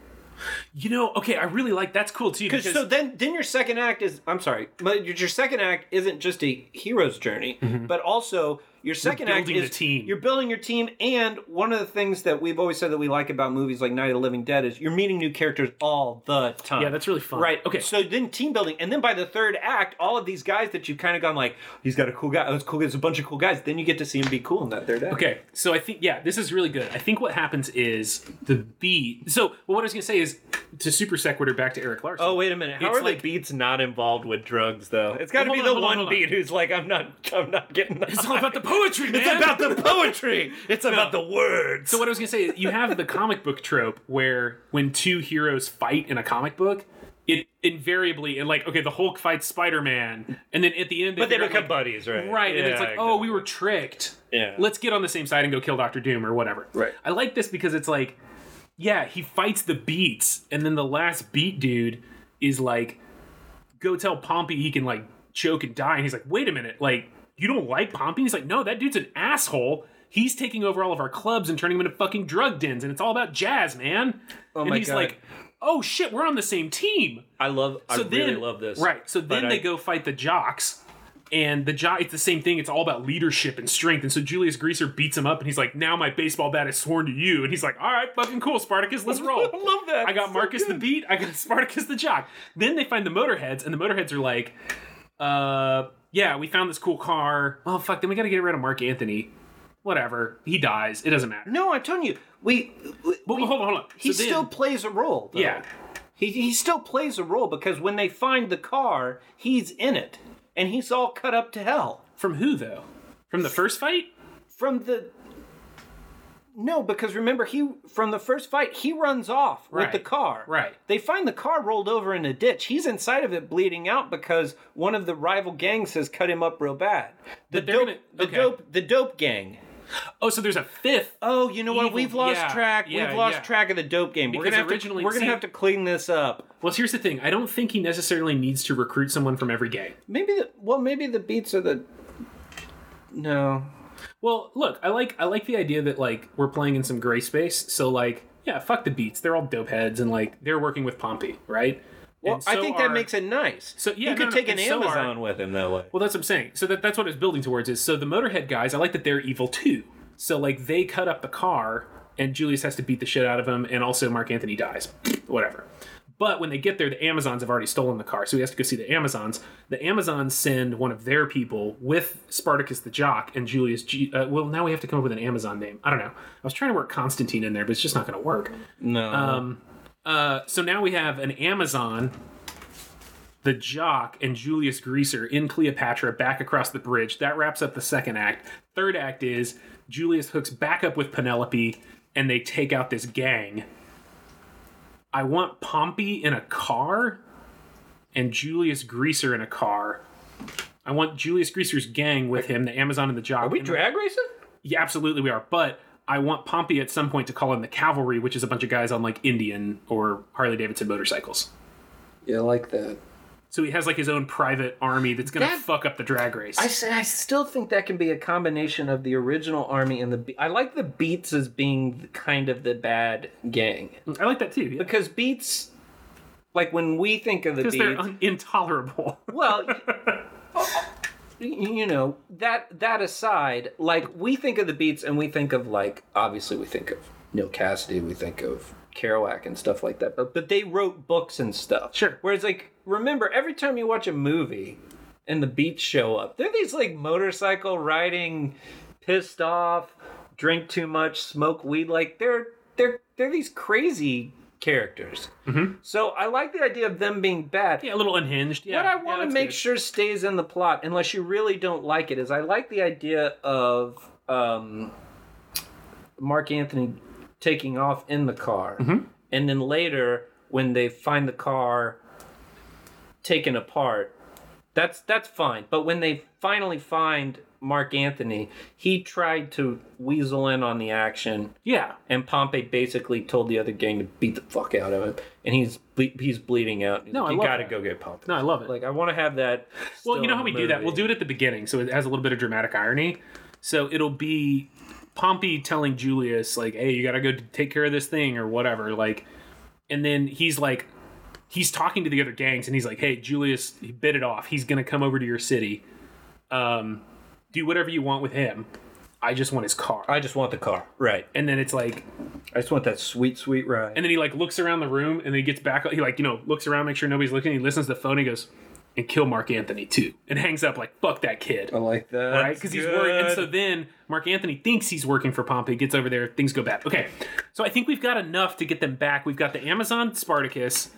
Speaker 1: You know, okay, I really like that's cool too.
Speaker 2: Because
Speaker 1: Because
Speaker 2: so then then your second act is I'm sorry, but your, your second act isn't just a hero's journey, but also your 2nd
Speaker 1: Mm-hmm.
Speaker 2: act
Speaker 1: building
Speaker 2: is
Speaker 1: the team.
Speaker 2: You're building your team, and one of the things that we've always said that we like about movies like Night of the Living Dead is you're meeting new characters all the time.
Speaker 1: Yeah, that's really fun.
Speaker 2: Right.
Speaker 1: Okay.
Speaker 2: So then team building, and then by the third act, all of these guys that you've kind of gone like, he's got a cool guy, oh, it's cool, there's a bunch of cool guys. Then you get to see him be cool in that third act.
Speaker 1: Okay, so I think yeah, this is really good. I think what happens is the beat. So well, what I was gonna say is to super sequitur back to Eric Larson.
Speaker 2: Oh wait a minute! How
Speaker 1: It's
Speaker 2: are
Speaker 1: like-
Speaker 2: the beats not involved with drugs though? It's got to
Speaker 1: Hold
Speaker 2: be
Speaker 1: on,
Speaker 2: the
Speaker 1: hold on,
Speaker 2: one
Speaker 1: hold on.
Speaker 2: beat who's like, I'm not, I'm not getting.
Speaker 1: it's all about the poetry, man.
Speaker 2: It's about the poetry. It's about the words.
Speaker 1: So what I was gonna say is you have the comic book trope where when two heroes fight in a comic book, it invariably and like okay, the Hulk fights Spider Man, and then at the end,
Speaker 3: but they
Speaker 1: figure out,
Speaker 3: become
Speaker 1: like,
Speaker 3: buddies, right?
Speaker 1: Right, and
Speaker 3: Yeah,
Speaker 1: it's like, oh,
Speaker 3: exactly.
Speaker 1: we were tricked.
Speaker 2: Yeah.
Speaker 1: Let's get on the same side and go kill Doctor Doom or whatever.
Speaker 2: Right.
Speaker 1: I like this because it's like, yeah, he fights the beats, and then the last beat dude is like, go tell Pompey he can like choke and die, and he's like, wait a minute, like you don't like Pompey? He's like, no, that dude's an asshole. He's taking over all of our clubs and turning them into fucking drug dens, and it's all about jazz, man. Oh and
Speaker 2: my
Speaker 1: he's
Speaker 2: God.
Speaker 1: like, oh shit, we're on the same team.
Speaker 2: I love. I
Speaker 1: So
Speaker 2: really
Speaker 1: then-
Speaker 2: love this.
Speaker 1: Right. So then
Speaker 2: But
Speaker 1: they
Speaker 2: I-
Speaker 1: go fight the jocks, and the jock. It's the same thing. It's all about leadership and strength. And so Julius Greaser beats him up, and he's like, "Now my baseball bat is sworn to you." And he's like, "All right, fucking cool, Spartacus. Let's roll."
Speaker 2: I love that.
Speaker 1: I got
Speaker 2: So
Speaker 1: Marcus the beat. I got Spartacus the jock. Then they find the motorheads, and the motorheads are like, "Uh, yeah, we found this cool car. Oh fuck, then we got to get rid of Mark Anthony." Whatever, he dies. It doesn't matter.
Speaker 2: No, I'm telling you, we. we-
Speaker 1: But hold on, hold on.
Speaker 2: He
Speaker 1: So then-
Speaker 2: still plays a role. Though.
Speaker 1: yeah.
Speaker 2: He he still plays a role because when they find the car, he's in it, and he's all cut up to hell
Speaker 1: From who though? From the first fight?
Speaker 2: from the. No, because remember he from the first fight he runs off
Speaker 1: Right.
Speaker 2: with the car.
Speaker 1: Right.
Speaker 2: They find the car rolled over in a ditch. He's inside of it bleeding out because one of the rival gangs has cut him up real bad. The
Speaker 1: But they're
Speaker 2: dope,
Speaker 1: gonna-
Speaker 2: the
Speaker 1: okay.
Speaker 2: dope, the dope gang.
Speaker 1: Oh, so there's a fifth.
Speaker 2: Oh, you know what?
Speaker 1: Evil-
Speaker 2: We've lost
Speaker 1: yeah,
Speaker 2: track.
Speaker 1: yeah,
Speaker 2: We've lost
Speaker 1: yeah.
Speaker 2: track of the dope gang. We're
Speaker 1: Because
Speaker 2: gonna have
Speaker 1: originally-
Speaker 2: to, we're gonna
Speaker 1: see-
Speaker 2: have to clean this up.
Speaker 1: Well, here's the thing. I don't think he necessarily needs to recruit someone from every gang.
Speaker 2: Maybe the well, maybe the beats are the. No,
Speaker 1: Well, look, I like I like the idea that like we're playing in some gray space. So like, yeah, fuck the beats. They're all dope heads, and like they're working with Pompey, right?
Speaker 2: well,
Speaker 1: And
Speaker 2: I
Speaker 1: so
Speaker 2: think
Speaker 1: are-
Speaker 2: that makes it nice.
Speaker 1: So- yeah,
Speaker 2: he could
Speaker 1: no, no,
Speaker 2: take an
Speaker 1: and so are-
Speaker 2: Amazon with him that way.
Speaker 1: Well, that's what I'm saying. So that, that's what it's building towards is so the Motorhead guys. I like that they're evil too. So like they cut up the car, and Julius has to beat the shit out of him, and also Mark Anthony dies. Whatever. But when they get there, the Amazons have already stolen the car, so he has to go see the Amazons. The Amazons send one of their people with Spartacus the Jock and Julius. G- uh, well, now we have to come up with an Amazon name. I don't know. I was trying to work Constantine in there, but it's just not going to work.
Speaker 2: No.
Speaker 1: Um, uh, so now we have an Amazon, the Jock, and Julius Greaser in Cleopatra back across the bridge. That wraps up the second act. Third act is Julius hooks back up with Penelope, and they take out this gang. I want Pompey in a car and Julius Greaser in a car. I want Julius Greaser's gang with him, the Amazon and the Jock.
Speaker 3: Are we
Speaker 1: And-
Speaker 3: drag racing?
Speaker 1: yeah, absolutely we are. But I want Pompey at some point to call in the cavalry, which is a bunch of guys on like Indian or Harley Davidson motorcycles.
Speaker 2: Yeah, I like that.
Speaker 1: So he has like his own private army that's gonna
Speaker 2: That-
Speaker 1: fuck up the drag race.
Speaker 2: I, s- I still think that can be a combination of the original army and the. Be- I like the Beats as being kind of the bad gang
Speaker 1: I like that too. Yeah.
Speaker 2: because Beats, like when we think of the
Speaker 1: Because
Speaker 2: Beats,
Speaker 1: they're un- intolerable.
Speaker 2: well. oh, y- You know that that aside, like we think of the beats, and we think of like obviously we think of Neil Cassidy, we think of Kerouac and stuff like that. But but they wrote books and stuff.
Speaker 1: Sure.
Speaker 2: Whereas like remember every time you watch a movie, and the beats show up. They're these like motorcycle riding, pissed off, drink too much, smoke weed. Like they're they're they're these crazy characters. So I like the idea of them being bad.
Speaker 1: yeah, a little unhinged. Yeah.
Speaker 2: what I
Speaker 1: yeah,
Speaker 2: want to
Speaker 1: that's
Speaker 2: make
Speaker 1: good.
Speaker 2: sure stays in the plot, unless you really don't like it, is I like the idea of um, Mark Anthony taking off in the car,
Speaker 1: Mm-hmm.
Speaker 2: and then later when they find the car taken apart, that's that's fine. But when they finally find Mark Anthony, he tried to weasel in on the action
Speaker 1: Yeah.
Speaker 2: and Pompey basically told the other gang to beat the fuck out of him, and he's ble- he's bleeding out. He's
Speaker 1: No,
Speaker 2: like,
Speaker 1: I
Speaker 2: you
Speaker 1: love
Speaker 2: gotta
Speaker 1: that.
Speaker 2: go get Pompey.
Speaker 1: No, I love it.
Speaker 2: Like I want to have that.
Speaker 1: Well, you know how we do that? We'll do it at the beginning, so it has a little bit of dramatic irony. So it'll be Pompey telling Julius, like, hey, you gotta go take care of this thing or whatever. Like, and then he's like, he's talking to the other gangs and he's like, hey, Julius he bit it off. He's gonna come over to your city. Um, do whatever you want with him. I just want his car.
Speaker 2: I just want the car. Right.
Speaker 1: and then it's like,
Speaker 2: I just want that sweet, sweet ride.
Speaker 1: and then he like looks around the room and then he gets back. He like, you know, looks around, make sure nobody's looking. He listens to the phone. And he goes, and kill Mark Anthony too, and hangs up like, fuck that kid.
Speaker 2: I like that.
Speaker 1: right? Because he's worried. And so then Mark Anthony thinks he's working for Pompey, gets over there, things go bad. Okay, so I think we've got enough to get them back. We've got the Amazon Spartacus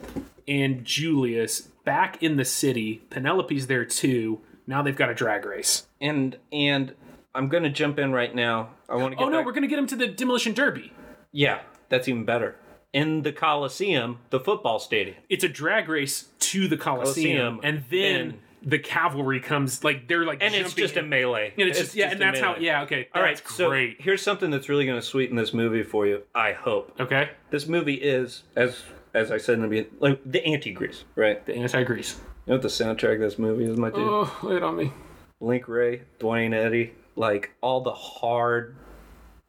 Speaker 1: and Julius back in the city. Penelope's there too. Now they've got a drag race.
Speaker 2: and and I'm gonna jump in right now. I want to get.
Speaker 1: Oh no,
Speaker 2: back-
Speaker 1: we're gonna get them to the demolition derby.
Speaker 2: yeah, that's even better. In the Coliseum, the football stadium.
Speaker 1: It's a drag race to the Coliseum,
Speaker 2: Colosseum,
Speaker 1: and then the cavalry comes. Like they're like
Speaker 2: And it's
Speaker 1: jumping
Speaker 2: just a
Speaker 1: in.
Speaker 2: melee.
Speaker 1: And it's, just yeah, and
Speaker 2: a
Speaker 1: that's how
Speaker 2: melee.
Speaker 1: yeah okay.
Speaker 2: All right,
Speaker 1: that's
Speaker 2: so
Speaker 1: great.
Speaker 2: here's something that's really going to sweeten this movie for you. I hope.
Speaker 1: okay,
Speaker 2: this movie is as as I said in the beginning, like the anti-grease, right? You
Speaker 1: the anti-grease.
Speaker 2: know what the soundtrack of this movie is, my dude.
Speaker 1: Oh, lay it on me.
Speaker 2: Link Ray, Dwayne Eddy, like all the hard,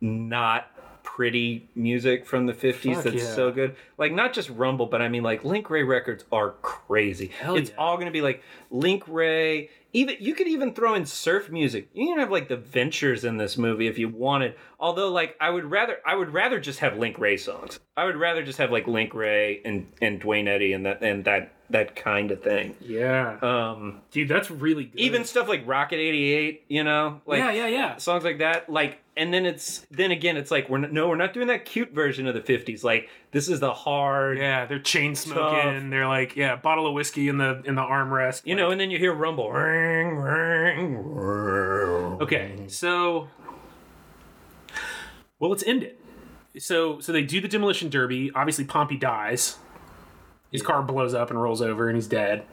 Speaker 2: not pretty music from the fifties
Speaker 1: Fuck
Speaker 2: that's
Speaker 1: yeah.
Speaker 2: so good. Like not just Rumble, but I mean like Link Ray records are crazy. it's
Speaker 1: yeah.
Speaker 2: all gonna be like Link Ray. Even you could even throw in surf music. You can have like the Ventures in this movie if you wanted. Although like I would rather I would rather just have Link Ray songs. I would rather just have like Link Ray and and Dwayne Eddy and that and that that kind of thing.
Speaker 1: Yeah,
Speaker 2: Um
Speaker 1: dude, that's really good.
Speaker 2: even stuff like Rocket 88, you know, like
Speaker 1: yeah, yeah, yeah.
Speaker 2: songs like that. Like, and then it's then again, it's like we're n no, we're not doing that cute version of the 50s. Like, this is the hard,
Speaker 1: Yeah, they're chain
Speaker 2: Tough.
Speaker 1: smoking. They're like, yeah, bottle of whiskey in the in the armrest.
Speaker 2: you know. And then you hear rumble, ring, ring, ring.
Speaker 1: Okay, so well, let's end it. So so they do the demolition derby. Obviously, Pompey dies. His car blows up and rolls over, and he's dead.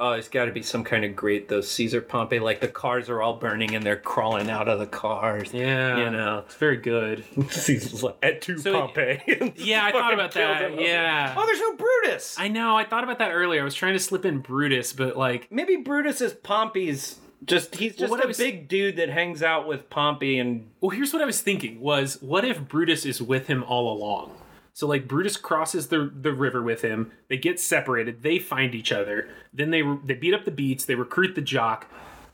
Speaker 2: Oh, it's got to be some kind of great though. Caesar Pompey, like the cars are all burning and they're crawling out of the cars.
Speaker 1: Yeah,
Speaker 2: You know,
Speaker 1: it's very good.
Speaker 2: Caesar's like at two
Speaker 1: So-
Speaker 2: Pompey.
Speaker 1: Yeah, I thought
Speaker 2: Fucking
Speaker 1: about
Speaker 2: kills
Speaker 1: that.
Speaker 2: him.
Speaker 1: Yeah.
Speaker 2: Oh, there's no Brutus.
Speaker 1: I know. I thought about that earlier. I was trying to slip in Brutus, but like,
Speaker 2: Maybe Brutus is Pompey's. Just he's just
Speaker 1: what
Speaker 2: a
Speaker 1: I was-
Speaker 2: big dude that hangs out with Pompey and
Speaker 1: well, here's what I was thinking: was what if Brutus is with him all along? So like Brutus crosses the the river with him. They get separated. They find each other. Then they they beat up the beats. They recruit the jock.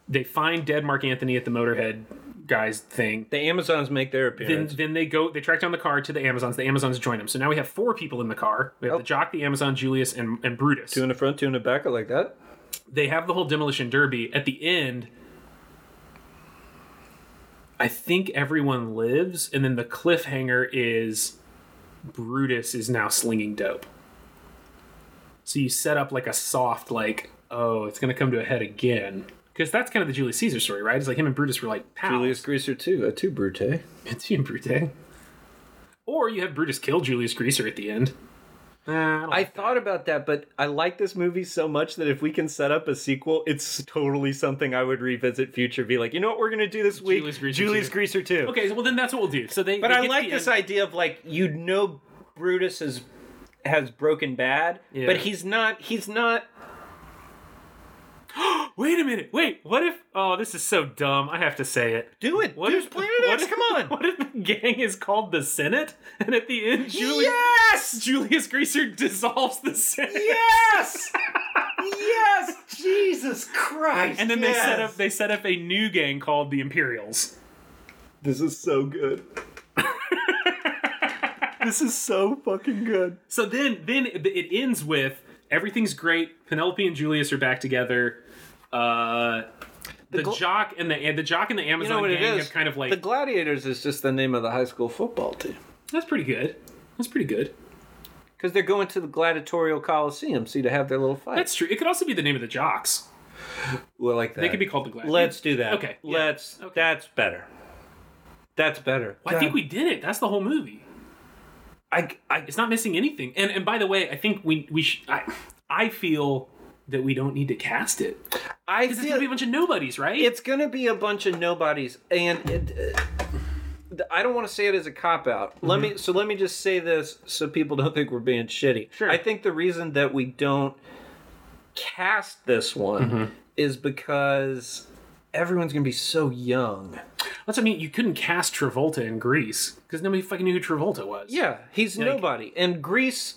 Speaker 1: They find dead Mark Anthony at the Motorhead guys thing.
Speaker 2: The Amazons make their
Speaker 1: Then,
Speaker 2: appearance.
Speaker 1: then they go. They track down the car to the Amazons. The Amazons join them. So now we have four people in the car. We have the Jock, the Amazon, Julius, and, and Brutus.
Speaker 2: two in the front, two in the back, I like that.
Speaker 1: They have the whole demolition derby. At the end, I think everyone lives, and then the cliffhanger is Brutus is now slinging dope. So you set up like a soft, like, oh, it's gonna come to a head again. Because that's kind of the Julius Caesar story, right? It's like him and Brutus were like pals.
Speaker 2: Julius Greaser too,
Speaker 1: uh,
Speaker 2: a two brute.
Speaker 1: It's you, Brute. Or you have Brutus kill Julius Greaser at the end.
Speaker 2: I thought about that, but I like this movie so much that if we can set up a sequel, it's totally something I would revisit future. Be like, you know what we're gonna do this week?
Speaker 1: Julius Greaser
Speaker 2: Julius
Speaker 1: two.
Speaker 2: Greaser too.
Speaker 1: okay, well then that's what we'll do. So they.
Speaker 3: But
Speaker 1: they
Speaker 3: I
Speaker 1: get to
Speaker 3: like
Speaker 1: the
Speaker 3: this
Speaker 1: end.
Speaker 3: idea of like you know Brutus is has broken bad,
Speaker 1: Yeah.
Speaker 3: but he's not he's not
Speaker 1: Wait a minute. Wait. What if? Oh, this is so dumb. I have to say it.
Speaker 3: do it. What
Speaker 1: What
Speaker 3: Dude's
Speaker 1: if-
Speaker 3: Planet
Speaker 1: what
Speaker 3: X,
Speaker 1: if-
Speaker 3: come on.
Speaker 1: What if the gang is called the Senate, and at the end, Julius
Speaker 3: Yes!
Speaker 1: Julius Greaser dissolves the Senate,
Speaker 3: Yes! yes! Jesus Christ.
Speaker 1: and then they
Speaker 3: yes!
Speaker 1: set up they set up a new gang called the Imperials.
Speaker 2: This is so good. this is so fucking good.
Speaker 1: So then, then it- it ends with everything's great. Penelope and Julius are back together. Uh, the,
Speaker 2: gl-
Speaker 1: jock and the and the jock and the
Speaker 2: You
Speaker 1: Amazon
Speaker 2: know what it
Speaker 1: gang
Speaker 2: is?
Speaker 1: have kind of like
Speaker 2: the Gladiators is just the name of the high school football team
Speaker 1: that's pretty good. That's pretty good.
Speaker 2: because they're going to the gladiatorial coliseum see to have their little fight.
Speaker 1: That's true. It could also be the name of the jocks.
Speaker 2: well, like that.
Speaker 1: They could be called the Glad.
Speaker 3: Let's do that.
Speaker 1: Okay, yeah,
Speaker 3: Let's
Speaker 1: okay.
Speaker 3: that's better. That's better.
Speaker 1: Well, I think we did it. That's the whole movie.
Speaker 2: I, I,
Speaker 1: It's not missing anything. And and by the way, I think we we sh- I I feel that we don't need to cast it.
Speaker 2: I
Speaker 1: Because it's gonna be a bunch of nobodies, right?
Speaker 2: it's going to be a bunch of nobodies and it, uh, I don't want to say it as a cop out. Let me so let me just say this so people don't think we're being shitty.
Speaker 1: Sure.
Speaker 2: I think the reason that we don't cast this one is because everyone's going to be so young.
Speaker 1: That's what I mean. You couldn't cast Travolta in Greece because nobody fucking knew who Travolta was.
Speaker 2: Yeah, he's nobody. And Greece,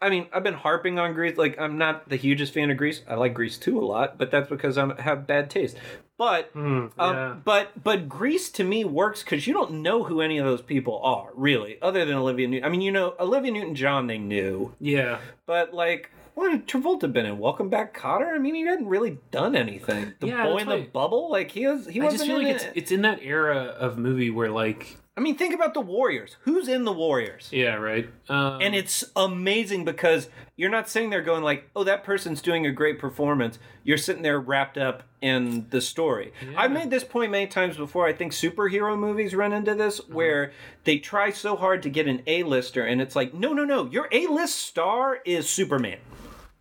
Speaker 2: I mean, I've been harping on Greece. Like, I'm not the hugest fan of Greece. I like Greece too a lot, but that's because I have bad taste. But,
Speaker 1: Hmm. yeah.
Speaker 2: um, but, but Greece to me works because you don't know who any of those people are really, other than Olivia Newton. I mean, you know, Olivia Newton John they knew,
Speaker 1: Yeah.
Speaker 2: but like. What had Travolta been in? Welcome Back, Cotter. I mean, he hadn't really done anything. The
Speaker 1: Yeah,
Speaker 2: boy
Speaker 1: that's
Speaker 2: in the
Speaker 1: why-
Speaker 2: bubble, like he was. He
Speaker 1: I just
Speaker 2: wasn't
Speaker 1: feel
Speaker 2: in
Speaker 1: like it's
Speaker 2: it.
Speaker 1: it's in that era of movie where like
Speaker 2: I mean, think about the Warriors. Who's in the Warriors?
Speaker 1: yeah right um,
Speaker 2: And it's amazing because you're not sitting there going like, "Oh, that person's doing a great performance." You're sitting there wrapped up in the story. I've made this point many times before. I think superhero movies run into this
Speaker 1: Uh-huh.
Speaker 2: where they try so hard to get an A-lister and it's like, "No, no, no. Your A-list star is Superman."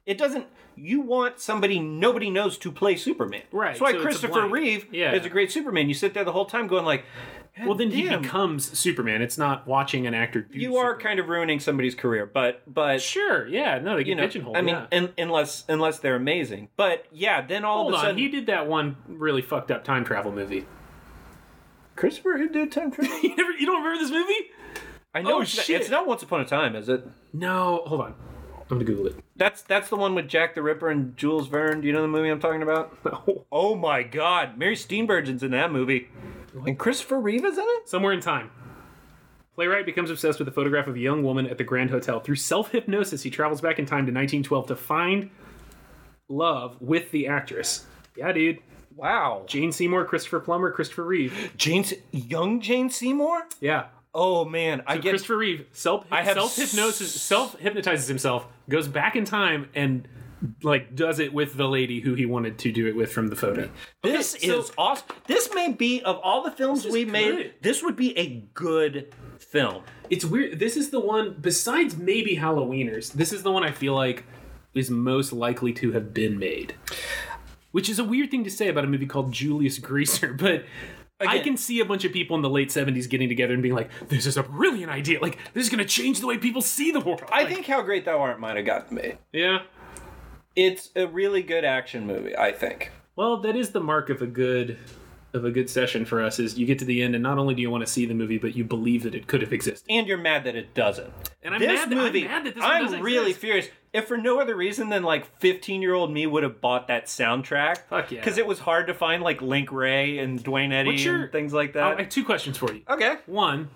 Speaker 2: It doesn't you want somebody nobody knows to play Superman.
Speaker 1: Right,
Speaker 2: That's why
Speaker 1: so it's a
Speaker 2: Christopher
Speaker 1: blank.
Speaker 2: Reeve
Speaker 1: Yeah.
Speaker 2: is a great Superman. You sit there the whole time going like,
Speaker 1: well then
Speaker 2: damn.
Speaker 1: he becomes Superman. It's not watching an actor. Do
Speaker 2: "You are
Speaker 1: Superman.
Speaker 2: kind of ruining somebody's career." But but
Speaker 1: sure yeah no they get
Speaker 2: you know,
Speaker 1: pigeonholed.
Speaker 2: I mean,
Speaker 1: yeah.
Speaker 2: un- unless unless they're amazing. But yeah, then all
Speaker 1: hold
Speaker 2: of a
Speaker 1: on
Speaker 2: sudden,
Speaker 1: he did that one really fucked up time travel movie.
Speaker 2: Christopher who did time travel.
Speaker 1: You never you don't remember this movie?
Speaker 2: I know
Speaker 1: Oh,
Speaker 2: it's,
Speaker 1: shit.
Speaker 2: it's not Once Upon a Time, is it?
Speaker 1: No, hold on. I'm gonna Google it.
Speaker 2: That's that's the one with Jack the Ripper and Jules Verne. Do you know the movie I'm talking about?
Speaker 1: No.
Speaker 2: Oh my God, Mary Steenburgen's in that movie, and Christopher Reeve is in it.
Speaker 1: Somewhere in time. Playwright becomes obsessed with a photograph of a young woman at the Grand Hotel. Through self hypnosis, he travels back in time to 1912 to find love with the actress. Yeah, dude.
Speaker 2: Wow,
Speaker 1: Jane Seymour, Christopher Plummer, Christopher Reeve.
Speaker 2: Jane, Se- young Jane Seymour.
Speaker 1: Yeah.
Speaker 2: Oh man, I get
Speaker 1: Christopher Reeve self
Speaker 2: I have
Speaker 1: self hypnosis
Speaker 2: s-
Speaker 1: self hypnotizes himself, goes back in time and like does it with the lady who he wanted to do it with from the photo.
Speaker 2: this
Speaker 1: so-
Speaker 2: is awesome. This may be of all the films
Speaker 1: is
Speaker 2: we made,
Speaker 1: good.
Speaker 2: this would be a good film.
Speaker 1: It's weird. This is the one, besides maybe Halloweeners, this is the one I feel like is most likely to have been made. Which is a weird thing to say about a movie called Julius Greaser, but I
Speaker 2: Again-
Speaker 1: can see a bunch of people in the late 70s getting together and being like, this is a brilliant idea. Like, this is going to change the way people see the world.
Speaker 2: I
Speaker 1: Like,
Speaker 2: think How Great Thou Art might have gotten me.
Speaker 1: Yeah.
Speaker 2: It's a really good action movie, I think.
Speaker 1: Well, that is the mark of a good. Of a good session for us is you get to the end and not only do you want to see the movie but you believe that it could have existed.
Speaker 2: And you're mad that it doesn't.
Speaker 1: And I'm
Speaker 2: this
Speaker 1: mad that- I'm
Speaker 2: movie,
Speaker 1: mad that this one
Speaker 2: I'm
Speaker 1: doesn't
Speaker 2: really
Speaker 1: exist.
Speaker 2: furious.
Speaker 3: if for no other reason than like 15 year old me would have bought that soundtrack.
Speaker 1: Fuck yeah.
Speaker 3: Because it was hard to find like Link Ray and Dwayne Eddy
Speaker 1: What's your-
Speaker 3: and things like
Speaker 1: Oh, I
Speaker 3: that.
Speaker 1: have two questions for you.
Speaker 3: okay,
Speaker 1: One,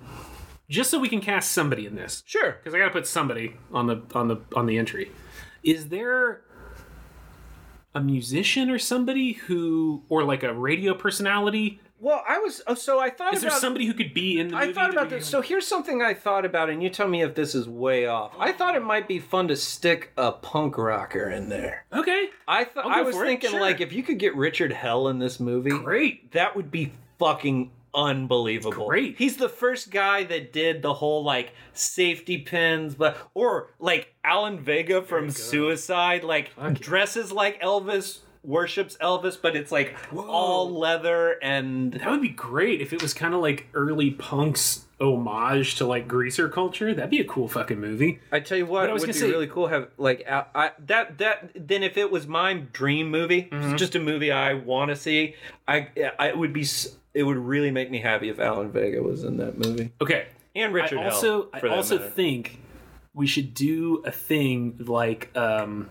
Speaker 1: just so we can cast somebody in this,
Speaker 3: sure.
Speaker 1: because I got to put somebody on the on the on the entry. Is there a musician or somebody who, or like a radio personality?
Speaker 2: Well, I was oh, so I thought
Speaker 1: Is there
Speaker 2: about
Speaker 1: somebody who could be in the?
Speaker 2: I
Speaker 1: movie
Speaker 2: thought
Speaker 1: that
Speaker 2: about
Speaker 1: we-
Speaker 2: this. So here's something I thought about, and you tell me if this is way off. I thought it might be fun to stick a punk rocker in there.
Speaker 1: Okay,
Speaker 2: I thought
Speaker 1: go
Speaker 2: I was
Speaker 1: for it,
Speaker 2: thinking
Speaker 1: sure.
Speaker 2: like if you could get Richard Hell in this movie,
Speaker 1: great.
Speaker 2: that would be fucking unbelievable.
Speaker 1: Great.
Speaker 3: He's the first guy that did the whole like safety pins, but or like Alan Vega from Suicide, like dresses like Elvis, worships Elvis, but it's like all leather and
Speaker 1: That would be great if it was kind of like early punks homage to like greaser culture. That'd be a cool fucking movie.
Speaker 2: I tell you what,
Speaker 1: I
Speaker 2: it
Speaker 1: was
Speaker 2: would be
Speaker 1: gonna say-
Speaker 2: really cool have like I, I, that that
Speaker 3: then if it was my dream movie, it's just a movie I want to see, I, I it would be s-
Speaker 2: it would really make me happy if Alan Vega was in that movie.
Speaker 1: Okay,
Speaker 3: and Richard
Speaker 1: I
Speaker 3: Hell,
Speaker 1: also I
Speaker 3: for that
Speaker 1: also
Speaker 3: matter.
Speaker 1: think we should do a thing like um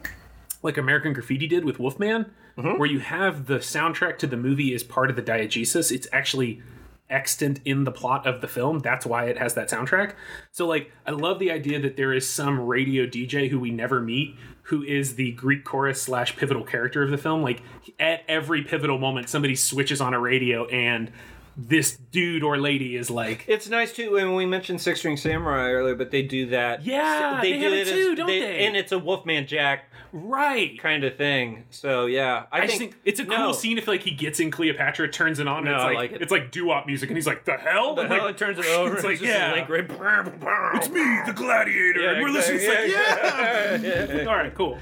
Speaker 1: like American Graffiti did with Wolfman,
Speaker 3: Mm-hmm.
Speaker 1: where you have the soundtrack to the movie as part of the diegesis. It's actually extant in the plot of the film. That's why it has that soundtrack. So like I love the idea that there is some radio DJ who we never meet who is the Greek chorus slash pivotal character of the film. Like at every pivotal moment somebody switches on a radio and this dude or lady is like
Speaker 2: It's nice too. And we mentioned Six String Samurai earlier, but they do that.
Speaker 1: Yeah, they have it
Speaker 2: as-
Speaker 1: too, don't they?
Speaker 2: And it's a Wolfman Jack
Speaker 1: Right.
Speaker 2: kind of thing. So yeah, I,
Speaker 1: I just think it's a cool
Speaker 2: no.
Speaker 1: scene if like he gets in Cleopatra, turns it on, and
Speaker 2: No,
Speaker 1: it's
Speaker 2: I
Speaker 1: like,
Speaker 2: like it.
Speaker 1: it's like doo-wop music, and he's like, "The hell!"
Speaker 2: The
Speaker 1: And,
Speaker 2: hell
Speaker 1: like,
Speaker 2: it turns it over.
Speaker 1: It's
Speaker 2: and
Speaker 1: like,
Speaker 2: just
Speaker 1: yeah,
Speaker 2: Link Ray-
Speaker 1: it's me, the gladiator, and we're listening. It's like, yeah. All right, cool.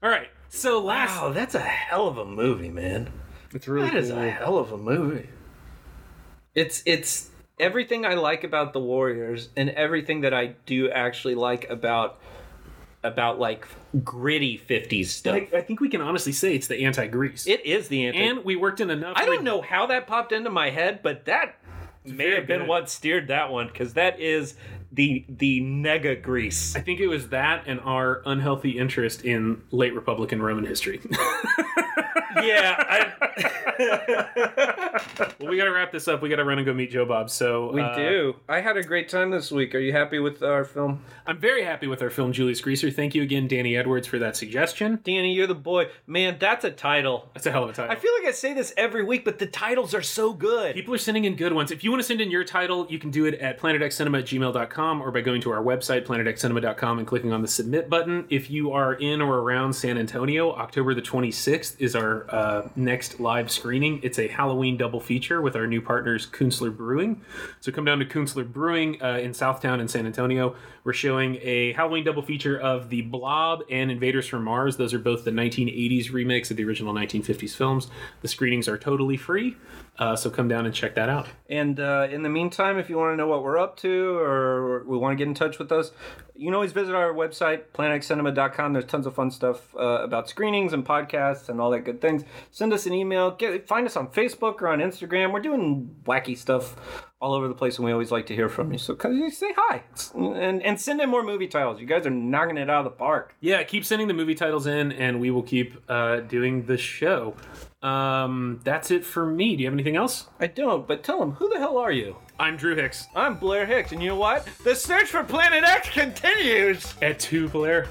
Speaker 1: All right. So last,
Speaker 2: Wow, that's a hell of a movie, man.
Speaker 1: it's really
Speaker 2: That is a hell of a movie. It's it's everything I like about the Warriors and everything that I do actually like about about like gritty 50s stuff.
Speaker 1: I, I think we can honestly say it's the anti-Grease,
Speaker 2: it is the anti.
Speaker 1: and we worked in enough.
Speaker 2: I don't
Speaker 1: like,
Speaker 2: know how that popped into my head, but that
Speaker 3: may have been
Speaker 1: good.
Speaker 3: what steered that one because that is the the nega grease.
Speaker 1: I think it was that and our unhealthy interest in late Republican Roman history.
Speaker 3: yeah, I,
Speaker 1: well, we got to wrap this up. We got to run and go meet Joe Bob. So
Speaker 2: we
Speaker 1: uh,
Speaker 2: do. I had a great time this week. Are you happy with our film?
Speaker 1: I'm very happy with our film, Julius Greaser. Thank you again, Danny Edwards, for that suggestion.
Speaker 2: Danny, you're the boy. Man, that's a title.
Speaker 1: That's a hell of a title.
Speaker 2: I feel like I say this every week, but the titles are so good.
Speaker 1: People are sending in good ones. If you want to send in your title, you can do it at planetxcinema at gmail.com or by going to our website, planetxcinema.com, and clicking on the submit button. If you are in or around San Antonio, October the 26th is our uh, next live screening. It's a Halloween double feature with our new partners, Kunstler Brewing. So come down to Kunstler Brewing uh, in Southtown in San Antonio. We're showing a Halloween double feature of The Blob and Invaders from Mars. Those are both the 1980s remakes of the original 1950s films. The screenings are totally free. Uh, so come down and check that out.
Speaker 2: And uh, in the meantime, if you want to know what we're up to or we want to get in touch with us, you can always visit our website, planetxcinema.com. There's tons of fun stuff uh, about screenings and podcasts and all that good things. Send us an email. Get, find us on Facebook or on Instagram. We're doing wacky stuff all over the place, and we always like to hear from you. So come you say hi and, and send in more movie titles. You guys are knocking it out of the park.
Speaker 1: Yeah, keep sending the movie titles in, and we will keep uh, doing the show. Um, that's it for me. Do you have anything else?
Speaker 2: I don't, but tell them, who the hell are you?
Speaker 1: I'm Drew Hicks
Speaker 2: I'm Blair Hicks, and you know what? The search for Planet X continues!
Speaker 1: at two Blair.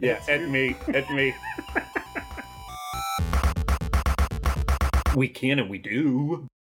Speaker 3: yeah, at me, at me. we can and we do.